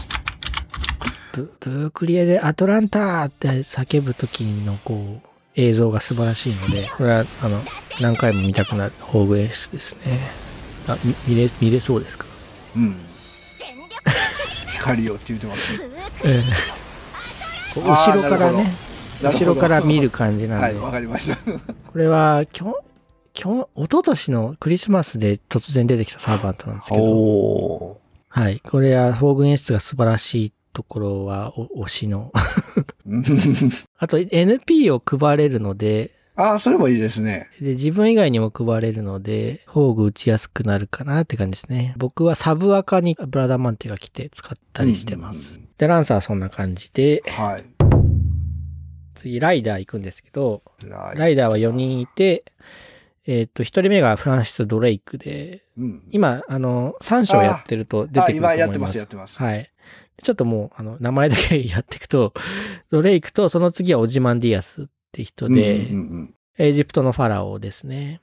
Speaker 1: ブブークリエでアトランタって叫ぶ時のこう映像が素晴らしいのでこれはあの何回も見たくなる方具演出ですねあみ見れ見れそうですか
Speaker 3: うん。
Speaker 4: 全力
Speaker 3: 光よって言ってます、ね。
Speaker 4: ブーク
Speaker 1: ええこう
Speaker 3: あー
Speaker 1: 後ろからね
Speaker 3: なる
Speaker 1: 後
Speaker 3: ほど
Speaker 1: ろから見る。感じなの
Speaker 3: はい、
Speaker 1: で、
Speaker 3: わかりました。
Speaker 1: これはきょきょ一昨年のクリスマスで突然出てきたサーバントなんですけど
Speaker 3: おー。
Speaker 1: はいこれは方具演出が素晴らしいところはお推しの
Speaker 3: うん
Speaker 1: あと NP を配れるので
Speaker 3: ああ、それもいいですね。
Speaker 1: で、自分以外にも配れるので、宝具打ちやすくなるかなって感じですね。僕はサブアカにブラダマンテが来て使ったりしてます。
Speaker 3: うん
Speaker 1: で、ランサーはそんな感じで、
Speaker 3: はい。
Speaker 1: 次ライダー行くんですけど、
Speaker 3: ラ
Speaker 1: ライダーは4人いて、えーっと、1人目がフランシス・ドレイクで、
Speaker 3: うん。
Speaker 1: 今、あの、3章やってると出てくると思います。
Speaker 3: あ今やってますやってます
Speaker 1: はい。ちょっともう、あの、名前だけやっていくと、ドレイクとその次はオジマンディアスって人で、
Speaker 3: うんうん
Speaker 1: エジプトのファラオですね。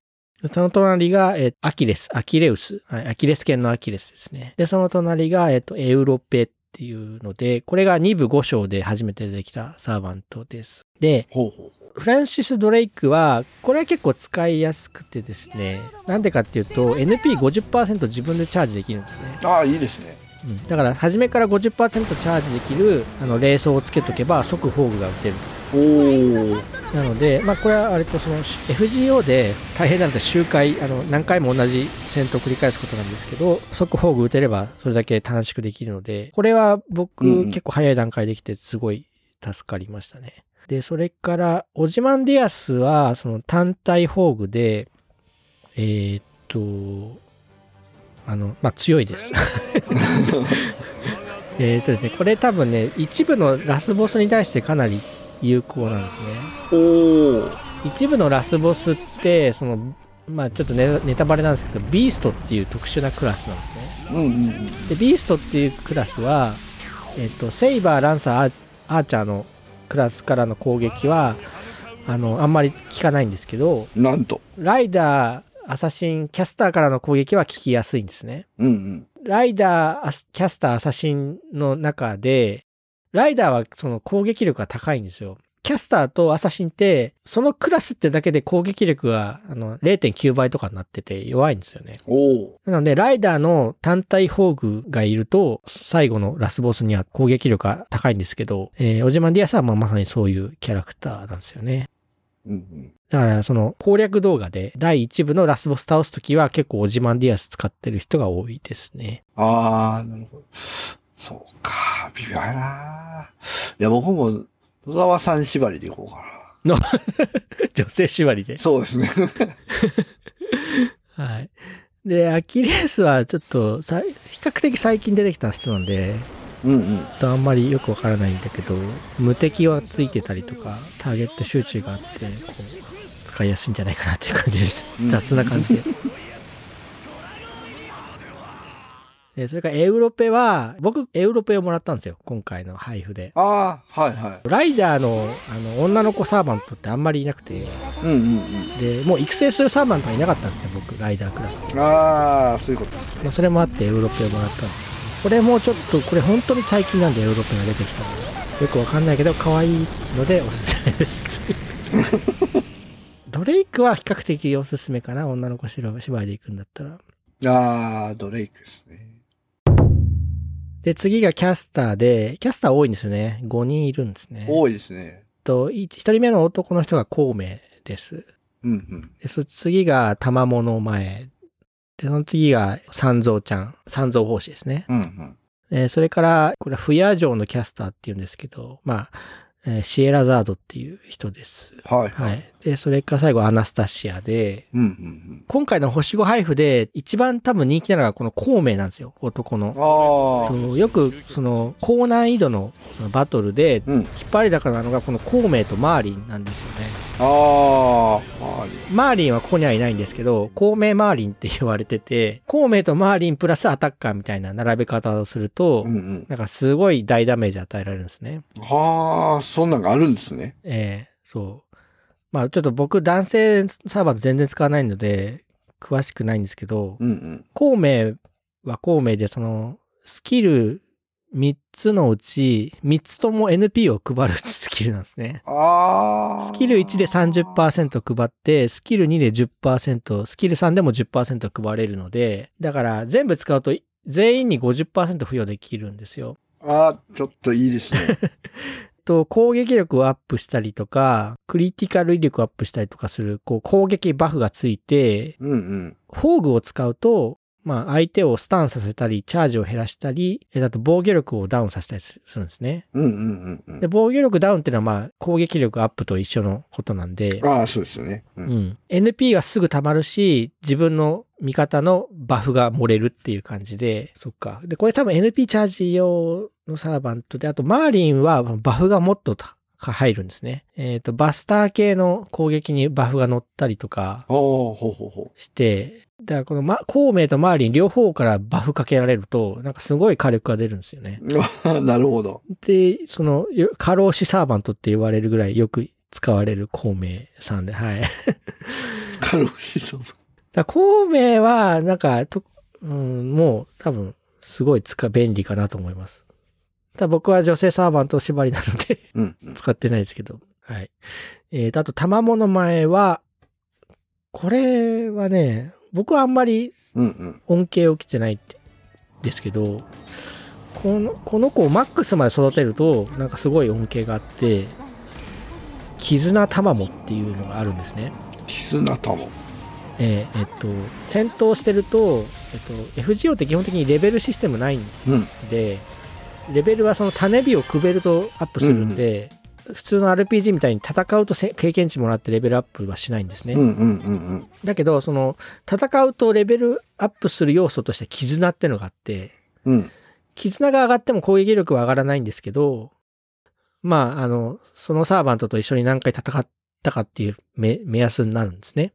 Speaker 1: その隣が、えーアキレス、アキレウス、はいアキレス犬のアキレスですね。で、その隣が、えっ、と、エウロペっていうので、これが2部5章で初めて出てきたサーバントです。で、
Speaker 3: ほうほう。
Speaker 1: フランシス・ドレイクは、これは結構使いやすくてですね、なんでかっていうと、NP50% 自分でチャージできるんですね。
Speaker 3: ああ、いいですね。
Speaker 1: うんだから、初めから50%チャージできる、あの、霊装をつけとけば、即防具が打てる。
Speaker 3: おー。
Speaker 1: なので、まあ、これはあれとその FGO で大変なので周回あの何回も同じ戦闘を繰り返すことなんですけど即宝具打てればそれだけ短縮できるのでこれは僕、
Speaker 3: うんうん
Speaker 1: 結構早い段階できてすごい助かりましたね。でそれからオジマンディアスはその単体宝具でえーっとあの、まあ、強いです。 えっとですね、これ多分ね、一部のラスボスに対してかなり有効なんですね。
Speaker 3: おお。
Speaker 1: 一部のラスボスって、その、まあ、ちょっとネネタバレなんですけど、ビーストっていう特殊なクラスなんですね。
Speaker 3: うんうん
Speaker 1: でビーストっていうクラスは、えっとセイバーランサーアーアーチャーのクラスからの攻撃はあのあんまり効かないんですけど
Speaker 3: うん。なんと。
Speaker 1: ライダーアサシンキャスターからの攻撃は効きやすいんですね
Speaker 3: うんうん。
Speaker 1: ライダーアスキャスターアサシンの中でライダーはその攻撃力が高いんですよキャスターとアサシンってそのクラスってだけで攻撃力があの0.9倍とかになってて弱いんですよね
Speaker 3: おお。
Speaker 1: なので、ライダーの単体宝具がいると、最後のラスボスには攻撃力が高いんですけど、えー、オジマンディアスはまあまさにそういうキャラクターなんですよね。
Speaker 3: うんうん。
Speaker 1: だから、その攻略動画で第1部のラスボス倒すときは結構オジマンディアス使ってる人が多いですね。
Speaker 3: ああ、なるほど。そうか。微妙やな。いや、僕も野沢さん縛りでいこうかな。
Speaker 1: 女性縛りで。
Speaker 3: そうですね。
Speaker 1: はい。で、アキレスはちょっとさ、比較的最近出てきた人なんで、
Speaker 3: うんうん。
Speaker 1: ちょっとあんまりよくわからないんだけど無敵はついてたりとかターゲット集中があってこう使いやすいんじゃないかなっていう感じです、
Speaker 3: うん
Speaker 1: 雑な感じ ででそれからエウロペは僕エウロペをもらったんですよ今回の配布で
Speaker 3: ああ、はいは
Speaker 1: ライダーのあの女の子サーバントってあんまりいなくて
Speaker 3: い。うんうん
Speaker 1: でもう育成するサーバントがいなかったんですよ僕ライダークラスで
Speaker 3: うん。ああ、そういうことですね。
Speaker 1: まあ、それもあってエウロペをもらったんですけどこれもちょっとこれ本当に最近なんでエウロペが出てきたのよくわかんないけど可愛いのでおすすめですドレイクは比較的おすすめかな女の子芝居で行くんだったら
Speaker 3: ああ、ドレイクですね。
Speaker 1: で次がキャスターでキャスター多いんですよね5人いるんですねえっ
Speaker 3: 多いですね。
Speaker 1: と1人目の男の人が孔明です
Speaker 3: うんうん。
Speaker 1: でそ次が玉物前でその次が三蔵ちゃん三蔵法師ですね
Speaker 3: うんうん。
Speaker 1: えーそれから、これはフヤ城のキャスターっていうんですけど、まあ、えーシエラザードっていう人です。
Speaker 3: はい。
Speaker 1: はい。で、それから最後、アナスタシアで、
Speaker 3: うんうん
Speaker 1: 今回の星5配布で一番多分人気なのがこの孔明なんですよ、男
Speaker 3: うん。
Speaker 1: の。
Speaker 3: ああ。
Speaker 1: とよく、その、高難易度のバトルで、
Speaker 3: うん。
Speaker 1: 引っ張りだからなのがこの孔明とマーリンなんですよね。
Speaker 3: ああ。まあ
Speaker 1: マーリンはここにはいないんですけど、孔明マーリンって言われてて、孔明とマーリンプラスアタッカーみたいな並べ方をすると、
Speaker 3: うんうん。
Speaker 1: なんかすごい大ダメージ与えられるんですね。
Speaker 3: ああ、そんなんがあるんですね。
Speaker 1: ええそう。まあちょっと僕男性サーバー全然使わないので詳しくないんですけど、
Speaker 3: うんうん。
Speaker 1: 孔明は孔明でそのスキル3つのうち3つとも NP を配るスキルなんですね。
Speaker 3: ああ。
Speaker 1: スキル1で。30%配って、スキル2で10%、スキル3でも10%配れるので、だから全部使うと全員に50%付与できるんですよ。
Speaker 3: ああ、ちょっといいですね。
Speaker 1: と攻撃力をアップしたりとか、クリティカル威力をアップしたりとかする、こう攻撃バフがついて、
Speaker 3: うんうん。
Speaker 1: 宝具を使うと、まあ相手をスタンさせたり、チャージを減らしたり、えだと防御力をダウンさせたりすするんですね。
Speaker 3: うんうんうん
Speaker 1: で、防御力ダウンっていうのはまあ攻撃力アップと一緒のことなんで
Speaker 3: うん。、ああ、そうですよね。う。
Speaker 1: うんん。NP がすぐ溜まるし、自分の味方のバフが漏れるっていう感じで、そっか。で、これ多分 NP チャージ用のサーバントで、あとマーリンはバフがもっとた入るんですね。えっ、と、バスター系の攻撃にバフが乗ったりとか
Speaker 3: おおほうほうほ
Speaker 1: して、だからこの、ま、孔明とマーリン両方からバフかけられると、なんかすごい火力が出るんですよね。
Speaker 3: う。 なるほど。
Speaker 1: で、その、よ過労死サーバントって言われるぐらいよく使われる孔明さんで、はい。
Speaker 3: カロシソ
Speaker 1: だから孔明は、なんか、と、うん、もう多分、すごい使、便利かなと思います。ただ僕は女性サーバント縛りなので、
Speaker 3: うんうん。
Speaker 1: 使ってないですけど。はい。えーと、あと、玉物前は、これはね、僕はあんまり
Speaker 3: うんうん。
Speaker 1: 恩恵をきてないってですけど、この、この子をマックスまで育てると、なんかすごい恩恵があって、絆卵っていうのがあるんですね。
Speaker 3: 絆とも。
Speaker 1: えーえっと、戦闘してると、えっと、FGO って基本的にレベルシステムないん
Speaker 3: うん。
Speaker 1: で、レベルはその種火をくべるとアップするんで、普通の RPG みたいに戦うとせ経験値もらってレベルアップはしないんですね。
Speaker 3: うんうんうん
Speaker 1: だけど、その、戦うとレベルアップする要素として絆ってのがあって、
Speaker 3: うん。うん。
Speaker 1: 絆が上がっても攻撃力は上がらないんですけど、まあ、あの、そのサーバントと一緒に何回戦ったかっていう目目安になるんですね。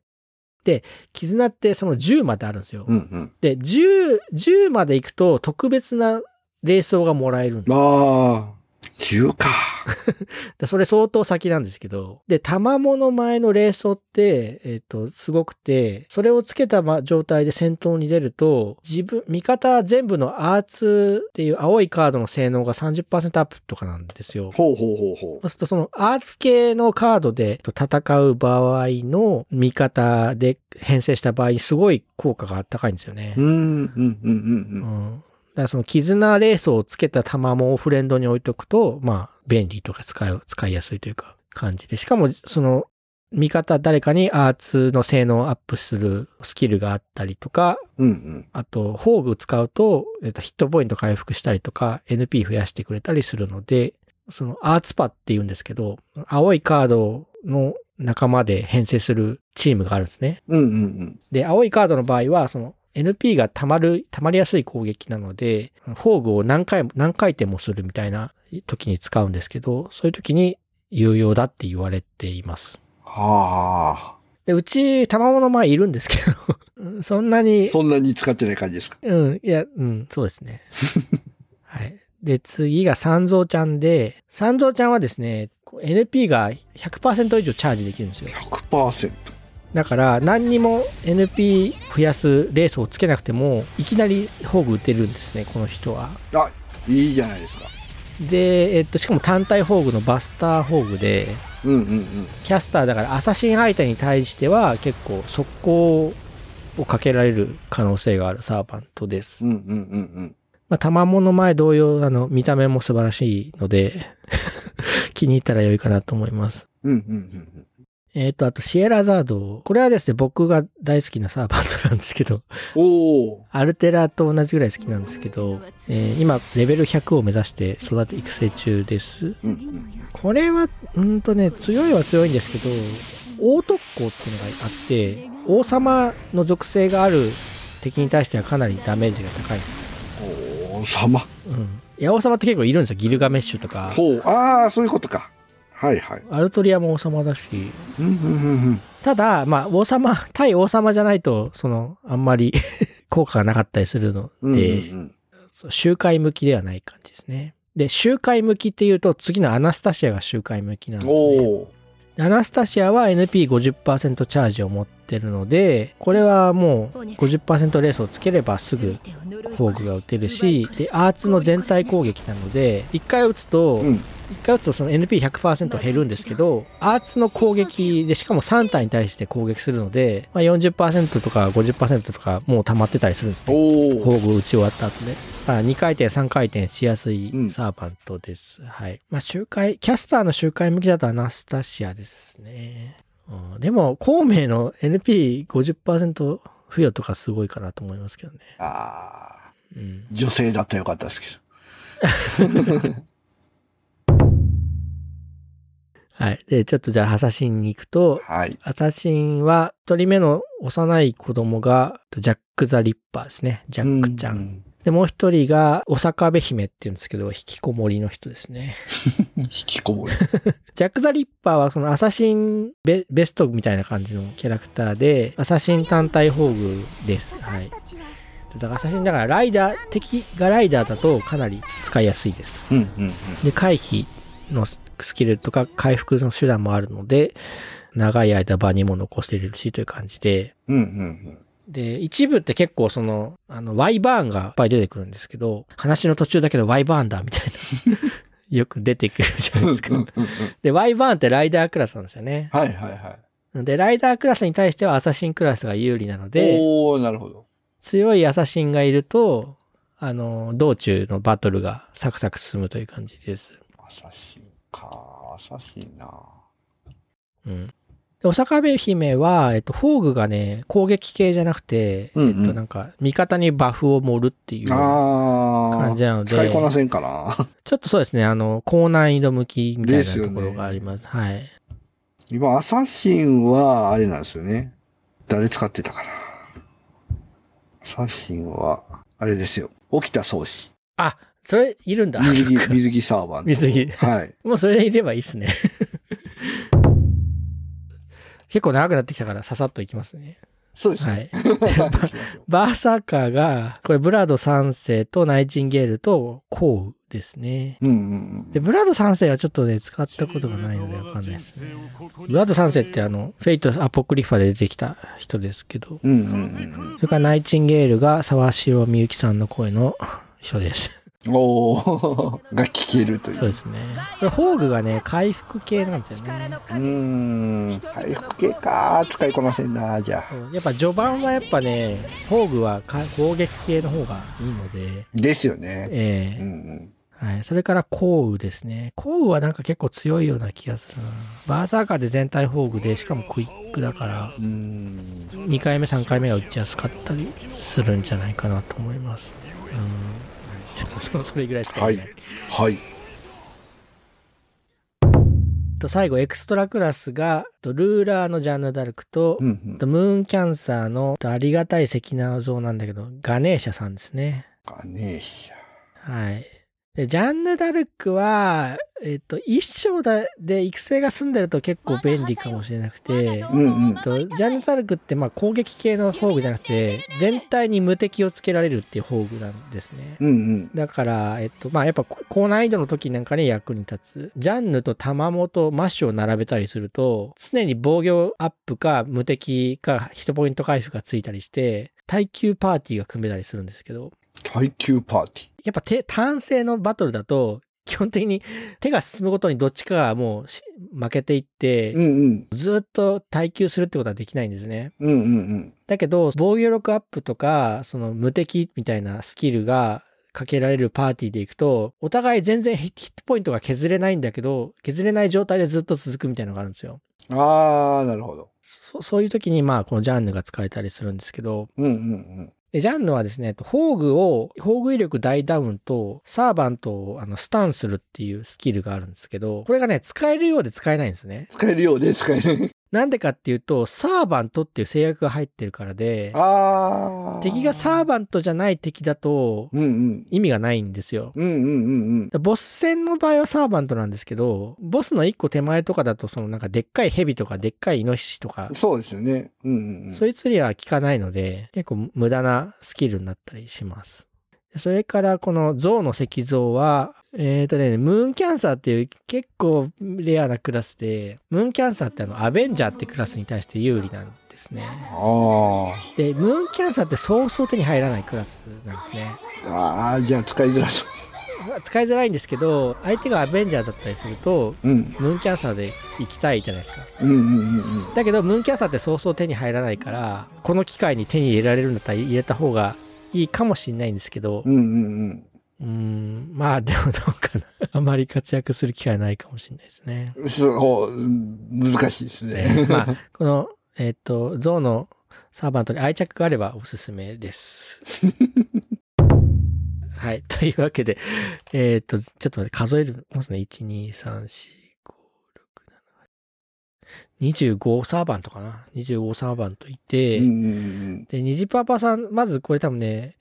Speaker 1: で、絆ってその10まであるんですよ。
Speaker 3: うんうん。
Speaker 1: で、10、10まで行くと特別な霊装がもらえるんで
Speaker 3: ああ、10か。
Speaker 1: でそれ相当先なんですけど。で、玉物前の霊装って、えっ、と、すごくて、それをつけたま状態で戦闘に出ると、自分、味方全部のアーツっていう青いカードの性能が30%アップとかなんですよ。
Speaker 3: ほうほうほうほ
Speaker 1: そうするとそのアーツ系のカードで戦う場合の味方で編成した場合すごい効果が高いんですよね。
Speaker 3: う。うんうんうん
Speaker 1: う
Speaker 3: うん
Speaker 1: ん。だからその絆レースをつけた玉もフレンドに置いとくと、まあ便利とか使い、使いやすいというか感じで。しかもその味方誰かにアーツの性能をアップするスキルがあったりとか、
Speaker 3: うん。うん
Speaker 1: あと、宝具使うと、えっと、ヒットポイント回復したりとか、NP 増やしてくれたりするので、その、アーツパって言うんですけど、青いカードの仲間で編成するチームがあるんですね。
Speaker 3: うん。うんうん
Speaker 1: で、青いカードの場合は、その、NP が溜まる、溜まりやすい攻撃なので、宝具を何回も、何回転もするみたいな時に使うんですけど、そういう時に有用だって言われています。
Speaker 3: はあ。
Speaker 1: で、うち、玉物前いるんですけど、 そんなに
Speaker 3: そんなに使ってない感じですか。
Speaker 1: うん、いや、うん、そうですね。はい。で、次が三蔵ちゃんで、三蔵ちゃんはですね、こう NP が100%以上チャージできるんですよ。
Speaker 3: 100%。
Speaker 1: だから、何にも NP 増やすレースをつけなくても、いきなり宝具打てるんですね、この人は。
Speaker 3: あ、いいじゃないですか。
Speaker 1: で、えっと、しかも単体宝具のバスター宝具で、
Speaker 3: うんうん
Speaker 1: キャスターだからアサシン相手に対しては結構速攻をかけられる可能性があるサーバントです
Speaker 3: うん。う。んうんうん
Speaker 1: まあ、玉物前同様、あの、見た目も素晴らしいので、 気に入ったら良いかなと思います。
Speaker 3: うん。うんうんうん
Speaker 1: えっ、と、あと、シエラザード。これはですね、僕が大好きなサーバントなんですけど、
Speaker 3: うん。おお。
Speaker 1: アルテラと同じぐらい好きなんですけど、えー今、レベル100を目指して育て、育成中です。
Speaker 3: うん
Speaker 1: これは、うんとね、強いは強いんですけど、王特攻っていうのがあって、王様の属性がある敵に対してはかなりダメージが高い。
Speaker 3: おお、様。
Speaker 1: うん。いや、王様って結構いるんですよ。ギルガメッシュとか。
Speaker 3: ほう。ああ、そういうことか。はいはい。
Speaker 1: アルトリアも王様だし、
Speaker 3: うんうんうんうん。
Speaker 1: ただ、まあ、王様、対王様じゃないと、その、あんまり 効果がなかったりするので、
Speaker 3: うんうん
Speaker 1: そう周回向きではない感じですね。で、周回向きっていうと、次のアナスタシアが周回向きなん
Speaker 3: うん、
Speaker 1: ですね。
Speaker 3: おお。
Speaker 1: アナスタシアは NP50% チャージを持ってるので、これはもう50%レースをつければすぐ宝具が打てるし、で、アーツの全体攻撃なので、1回打つと、
Speaker 3: うん。
Speaker 1: 1回打つとその NP100% 減るんですけど、アーツの攻撃で、しかも3体に対して攻撃するので、まあ、40%とか50%とかもう溜まってたりするんですね。
Speaker 3: おお。
Speaker 1: 防具打ち終わった後ね。まあ、2回転、3回転しやすい
Speaker 3: うん
Speaker 1: サーバントです。はい。まあ、周回、キャスターの周回向きだとアナスタシアですね。うん、でも、孔明の NP50% 付与とかすごいかなと思いますけどね。
Speaker 3: ああ。
Speaker 1: うん。
Speaker 3: 女性だったらよかったですけど。
Speaker 1: はい。で、ちょっとじゃあ、アサシンに行くと、
Speaker 3: はい。
Speaker 1: アサシンは、一人目の幼い子供が、ジャック・ザ・リッパーですね。ジャックちゃん。
Speaker 3: うん。
Speaker 1: で、もう一人が、お坂部姫って言うんですけど、引きこもりの人ですね。
Speaker 3: 引きこもり。
Speaker 1: ジャック・ザ・リッパーは、その、アサシンベベストみたいな感じのキャラクターで、アサシン単体宝具です。はい。だから、アサシンだから、ライダー、敵がライダーだと、かなり使いやすいです。
Speaker 3: うんうん
Speaker 1: で、回避のスキルとか回復の手段もあるので、長い間場にも残せれるしという感じで、
Speaker 3: うん。うんうん
Speaker 1: で、一部って結構その、あの、ワイバーンがいっぱい出てくるんですけど、話の途中だけどワイバーンだみたいな。 よく出てくるじゃ
Speaker 3: うん。
Speaker 1: な
Speaker 3: う
Speaker 1: い
Speaker 3: ん
Speaker 1: です
Speaker 3: うん
Speaker 1: か。
Speaker 3: うんうん
Speaker 1: で、ワイバーンってライダークラスなんですよね。
Speaker 3: はいはいはい。
Speaker 1: で、ライダークラスに対してはアサシンクラスが有利なので、
Speaker 3: おおなるほど。
Speaker 1: 強いアサシンがいると、あの、道中のバトルがサクサク進むという感じです。
Speaker 3: アサシンか。アサシンな。
Speaker 1: うん。で、お坂部姫は、えっと、宝具がね、攻撃系じゃなくて、
Speaker 3: うんうん
Speaker 1: えっと、なんか、味方にバフを盛るっていう
Speaker 3: ああ。
Speaker 1: 感じなので
Speaker 3: 使いこなせんかな。
Speaker 1: ちょっとそうですね、あの、高難易度向きみたいな
Speaker 3: ですよ
Speaker 1: と
Speaker 3: ね
Speaker 1: ころがあります。はい。
Speaker 3: 今、アサシンは、あれなんですよね。誰使ってたかな。アサシンは、あれですよ。沖田総司。
Speaker 1: あ、それ、いるんだ。
Speaker 3: 水着、水着サーバン ト。
Speaker 1: 水着
Speaker 3: はい。
Speaker 1: もうそれでいればいいっすね。 結構長くなってきたから、ささっといきますね。
Speaker 3: そうですね。
Speaker 1: はい。 バーサーカーが、これ、ブラード3世とナイチンゲールとコウですね。
Speaker 3: うんうん
Speaker 1: で、ブラード3世はちょっとね、使ったことがないのでわかんないですね。ブラード3世ってあの、フェイト・アポクリファで出てきた人ですけど、
Speaker 3: うん。うんうん
Speaker 1: それからナイチンゲールが沢城みゆきさんの声の人です。
Speaker 3: うん。おおが聞けるという。
Speaker 1: そうですね。これ、宝具がね、回復系なんですよ
Speaker 2: 力
Speaker 1: ね
Speaker 2: の。
Speaker 3: うー
Speaker 2: 限り
Speaker 3: ん。回復系か。使いこなせんな、じゃあ。
Speaker 1: やっぱ序盤はやっぱね、宝具はか攻撃系の方がいいので、
Speaker 3: ですよね。
Speaker 1: ええ
Speaker 3: うんうん。
Speaker 1: はい。それから、降雨ですね。降雨はなんか結構強いような気がするな。バーサーカーで全体宝具で、しかもクイックだから、
Speaker 3: うーん。
Speaker 1: 2回目、3回目が打ちやすかったりするんじゃないかなと思います。うん。ちょっとそ、それぐらいしか
Speaker 3: は
Speaker 1: 言え
Speaker 3: い
Speaker 1: ない。。
Speaker 3: はい。
Speaker 1: と最後エクストラクラスがとルーラーのジャンヌ・ダルクと,、
Speaker 3: うんうん。
Speaker 1: とムーンキャンサーのとありがたい関直像なんだけどガネーシャさんですね
Speaker 3: ガネーシ
Speaker 1: はいでジャンヌ・ダルクは、えっと、一章だで育成が済んでると結構便利かもしれなくて、
Speaker 3: ャ。うんうん。
Speaker 1: とジャンヌ・ダルクってまあ攻撃系の宝具じゃなくて全体に無敵をつけられるっていう宝具なんですね
Speaker 3: うんうん。
Speaker 1: だから、えっと、まあ、やっぱ、こ高難易度の時なんかに役に立つ。ジャンヌと玉本とマッシュを並べたりすると、常に防御アップか無敵かヒットポイント回復がついたりして、耐久パーティーが組めたりするんですけど、
Speaker 3: 耐久パーティー。
Speaker 1: やっぱ手、単性のバトルだと、基本的に手が進むごとにどっちかがもうし負けていって、
Speaker 3: うんうん。
Speaker 1: ずっと耐久するってことはできないんですね。
Speaker 3: うんうん
Speaker 1: だけど、防御力アップとか、その無敵みたいなスキルがかけられるパーティーでいくと、お互い全然ヒヒットポイントが削れないんだけど、削れない状態でずっと続くみたいなのがあるんですよ。
Speaker 3: うん。ああ、なるほど。
Speaker 1: そそういう時に、まあ、このジャンヌが使えたりするんですけど、
Speaker 3: うんうん
Speaker 1: でジャンヌはですね、宝具を、宝具威力大ダウンと、サーバントをあのスタンするっていうスキルがあるんですけど、これがね、使えるようで使えないんですね。
Speaker 3: 使える ようで使えない。
Speaker 1: なんでかっていうと、サーバントっていう制約が入ってるからで、
Speaker 3: ああ。
Speaker 1: 敵がサーバントじゃない敵だと、
Speaker 3: うんうん。
Speaker 1: 意味がないんですよ。
Speaker 3: うんうんうん
Speaker 1: だボス戦の場合はサーバントなんですけど、ボスの一個手前とかだと、そのなんかでっかいヘビとかでっかいイノシシとか
Speaker 3: うん。、そうですよね。うんうんうん。
Speaker 1: そいつには効かないので、結構無駄なスキルになったりします。それから、この象の石像は、えっ、ー、とね、ムーンキャンサーっていう結構レアなクラスで、ムーンキャンサーってあの、アベンジャーってクラスに対して有利なんですね。
Speaker 3: あ
Speaker 1: で、ムーンキャンサーってそうそう手に入らないクラスなんですね。
Speaker 3: あ。ああ、じゃあ使いづらそう。
Speaker 1: 使いづらいんですけど相手がアベンジャーだったりすると
Speaker 3: うん。
Speaker 1: ムーンキャンサーで行きたいじゃないですか
Speaker 3: うんうんうんうん。
Speaker 1: だけどムーンキャンサーってそうそう手に入らないからこの機会に手に入れられるんだったら入れた方がいいかもしれないんですけど
Speaker 3: うんうんうん。
Speaker 1: うーんまあでもどうかな あまり活躍する機会ないかもしれないですね、
Speaker 3: そう、うん難しいです
Speaker 1: え
Speaker 3: ね。
Speaker 1: ーまあこのえっとゾウのサーバントに愛着があればおすすめです。 はい。というわけで、えっ、と、ちょっと待って、数えるますね。1、2、3、4、5、6、7、8。25サーバントかな。25サーバントいて、
Speaker 3: うんうんうん
Speaker 1: で、ニジパパさん、まずこれ多分ね、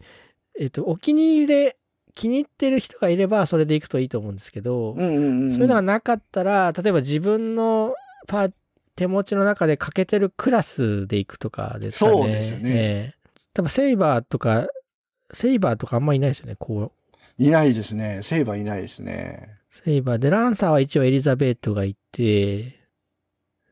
Speaker 1: えっ、と、お気に入りで気に入ってる人がいれば、それでいくといいと思うんですけど、
Speaker 3: うんうんうん。
Speaker 1: そういうのがなかったら、例えば自分のパー手持ちの中で欠けてるクラスで行くとかですかね。
Speaker 3: そうですよね
Speaker 1: ええ多分セイバーとか、セイバーとかあんまいないですよね、こう。
Speaker 3: いないですね。セイバーいないですね。
Speaker 1: セイバーで、ランサーは一応エリザベートがいて、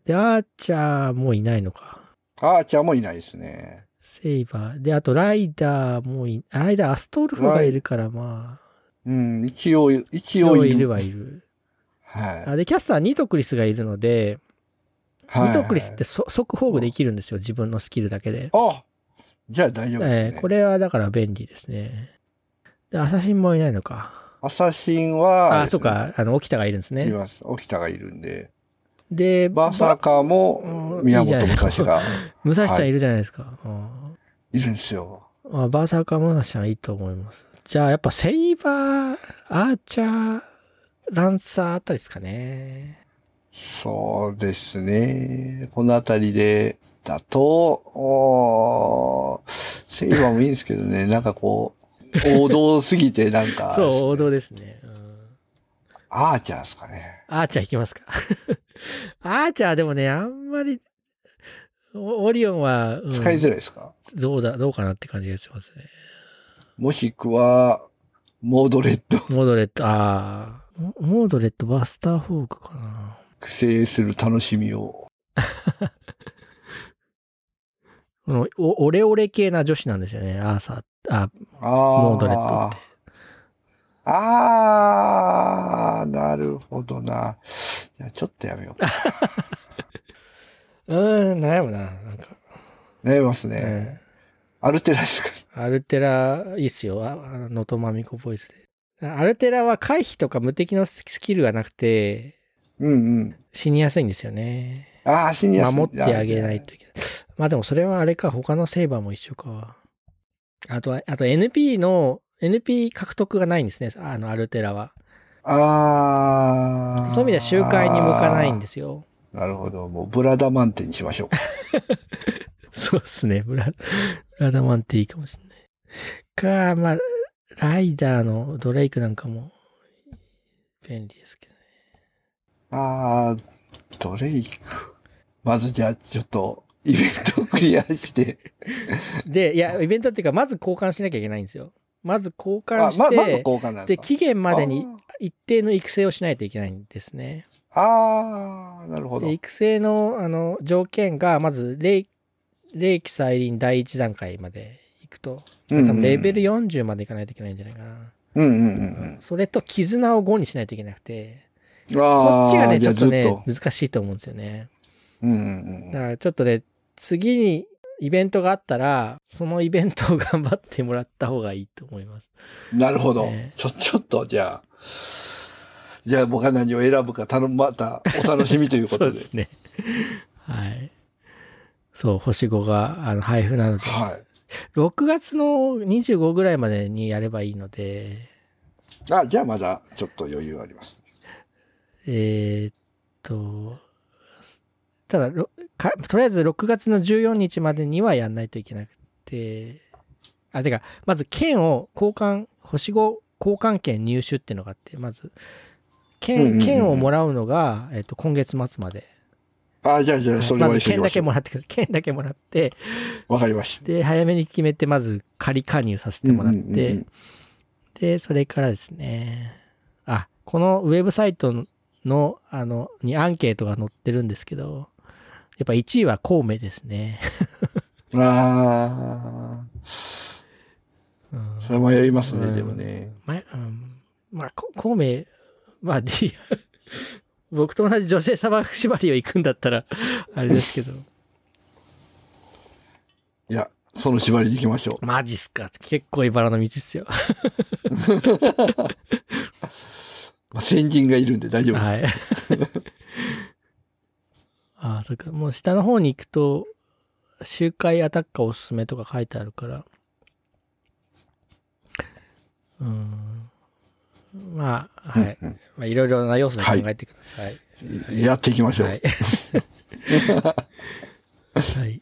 Speaker 1: で、アーチャーもいないのか。
Speaker 3: アーチャーもいないですね。
Speaker 1: セイバー。で、あとライダーもい、あライダーアストルフがいるから、まあ、
Speaker 3: うん、一応、一
Speaker 1: 一
Speaker 3: 応
Speaker 1: 応
Speaker 3: い
Speaker 1: い
Speaker 3: る。
Speaker 1: るはいる。
Speaker 3: は
Speaker 1: あで、キャスターニトクリスがいるので、
Speaker 3: い。はい。
Speaker 1: ニトクリスってそ即宝具できるんですよ、自分のスキルだけで。
Speaker 3: あじゃあ大丈夫ですね。
Speaker 1: えーこれはだから便利ですね。で、アサシンもいないのか。
Speaker 3: アサシン
Speaker 1: あ、
Speaker 3: は、
Speaker 1: あそうか、あの、沖田がいるんです
Speaker 3: い
Speaker 1: ね。
Speaker 3: ます。沖田がいるんで。
Speaker 1: で、
Speaker 3: バーサー
Speaker 1: ば
Speaker 3: カーも
Speaker 1: うん
Speaker 3: 宮本武蔵が
Speaker 1: 武蔵ちゃんいるじゃないですか。うん
Speaker 3: いるんですよ。
Speaker 1: まあバーサーカーモナシちゃんいいと思います。じゃあやっぱセイバー、アーチャー、ランサーあたりですかね。
Speaker 3: そうですね。このあたりで、だと、おーセイバーもいいんですけ どね、なんかこう、王道すぎてなんか、
Speaker 1: そう、王道ですね。うん
Speaker 3: アーチャーですかね。
Speaker 1: アーチャー行きますか。 アーチャーでもね、あんまり、おオリオンは、うん
Speaker 3: 使いづらいですか、
Speaker 1: どうだ、どうかなって感じがしますね。
Speaker 3: もしくは、モードレッド。
Speaker 1: モードレッド、あーモモードレッド、バスターフォークかな。
Speaker 3: 苦戦する楽しみを。
Speaker 1: このおオレオレ系な女子なんですよね、アーサー。あ、
Speaker 3: あー
Speaker 1: モードレッドって。
Speaker 3: あー、なるほどな。いやちょっとやめようか。
Speaker 1: うーん、悩むな。なんか、
Speaker 3: 悩みますね。
Speaker 1: え
Speaker 3: アルテラですか
Speaker 1: アルテラ、いいっすよ。ああの、ノトマミコボイスで。アルテラは回避とか無敵のススキルがなくて、
Speaker 3: うんうん。
Speaker 1: 死にやすいんですよね。
Speaker 3: ああ、シニアさん
Speaker 1: 守ってあげない。といけない。まあでもそれはあれか、他のセイバーも一緒か。あとは、あと NP の、NP 獲得がないんですね、あの、アルテラは。
Speaker 3: ああ。。
Speaker 1: そういう意味では周回に向かないんですすよ。
Speaker 3: なるほど。もうブラダマンテにしましょうか。
Speaker 1: そうですね、ブラ、ブラダマンっていいかもしれない。か、まあ、ライダーのドレイクなんかも、便利ですけどね。
Speaker 3: ああ、ドレイク。まずじゃあ、ちょっと、イベントをクリアして。
Speaker 1: で、いや、イベントっていうか、まず交換しなきゃいけないんですよ。まず交
Speaker 3: あ
Speaker 1: 換
Speaker 3: ま
Speaker 1: して、
Speaker 3: まず交換なんで
Speaker 1: で、
Speaker 3: す
Speaker 1: 期
Speaker 3: か。
Speaker 1: 限までに一定の育成をしないといけないんですね。
Speaker 3: ああ、なるほど
Speaker 1: で。育成のあの条件がまず霊霊気再臨第一段階まで行くと多
Speaker 3: うんうん
Speaker 1: 分レベル40までいかないといけないんじゃないかな、
Speaker 3: うんうんうん
Speaker 1: それと絆を5にしないといけなくて
Speaker 3: うん。あ
Speaker 1: こ
Speaker 3: あ、
Speaker 1: っちがね
Speaker 3: じ
Speaker 1: ち
Speaker 3: ゃ
Speaker 1: ょ
Speaker 3: あ
Speaker 1: っとね
Speaker 3: ず
Speaker 1: 難しいと思うんですよね
Speaker 3: うんうん
Speaker 1: だ
Speaker 3: う
Speaker 1: か
Speaker 3: ん。
Speaker 1: らちょっとね次にイベントがあったらそのイベントを頑張ってもらった方がいいと思います
Speaker 3: なるほど
Speaker 1: ね。
Speaker 3: ちょ、ちょっと、じゃあ。じゃあ僕は何を選ぶか頼む、またお楽しみという
Speaker 1: そ
Speaker 3: こ
Speaker 1: う
Speaker 3: と
Speaker 1: で
Speaker 3: で。
Speaker 1: すねはいそう星5があの配布なので
Speaker 3: はい。
Speaker 1: 6月の25ぐらいまでにやればいいので、
Speaker 3: あ、じゃあまだちょっと余裕あります。
Speaker 1: えーっと、ただろか、とりあえず6月の14日までにはやんないといけなくて、あ、てか、まず剣を交換、星5交換券入手っていうのがあって、まず、
Speaker 3: うんうんうん
Speaker 1: 剣
Speaker 3: うん
Speaker 1: 剣をもらうのが、えーっと、今月末まで。
Speaker 3: あ、じゃあじゃあそれ
Speaker 1: ま
Speaker 3: は
Speaker 1: ず
Speaker 3: 一緒に
Speaker 1: 剣
Speaker 3: 行
Speaker 1: だ
Speaker 3: き
Speaker 1: け
Speaker 3: ましょ
Speaker 1: もらってくる。剣だけもらって、
Speaker 3: う。わかりました。
Speaker 1: で、早めに決めて、まず仮加入させてもらって、
Speaker 3: うんうんうんうん
Speaker 1: で、それからですね。あ、このウェブサイトの、あの、にアンケートが載ってるんですけど、やっぱ1位は孔明ですね。
Speaker 3: あ
Speaker 1: うん
Speaker 3: あ、それ迷います
Speaker 1: う
Speaker 3: ね、
Speaker 1: ん
Speaker 3: でもね。
Speaker 1: ま、うん、まあ、こ孔明、まあ、D 僕と同じ女性砂漠縛りを行くんだったら、あれですけど。
Speaker 3: いや、その縛りでいきましょ う。
Speaker 1: マジっすか結構茨の道っすよ。
Speaker 3: まあ、先人がいるんで大丈夫です。
Speaker 1: はい。 ああ、そっか。もう下の方に行くと、周回アタッカーおすすめとか書いてあるから。うーん。まあ、はい。まあ、いろいろな要素で考えてください。
Speaker 3: やっていきましょう。
Speaker 1: はい。はい。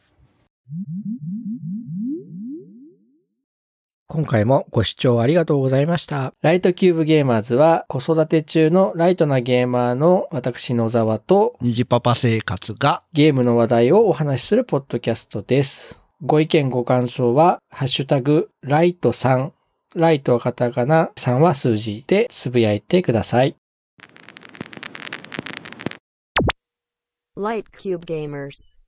Speaker 1: 今回もご視聴ありがとうございました。ライトキューブゲーマーズは子育て中のライトなゲーマーの私野沢と
Speaker 6: 虹パパ生活が、
Speaker 1: ゲームの話題をお話しするポッドキャストです。ご意見ご感想は、ハッシュタグ、ライトさん、ライトはカタカナ、さんは数字でつぶやいてください。
Speaker 7: Light Cube Gamers.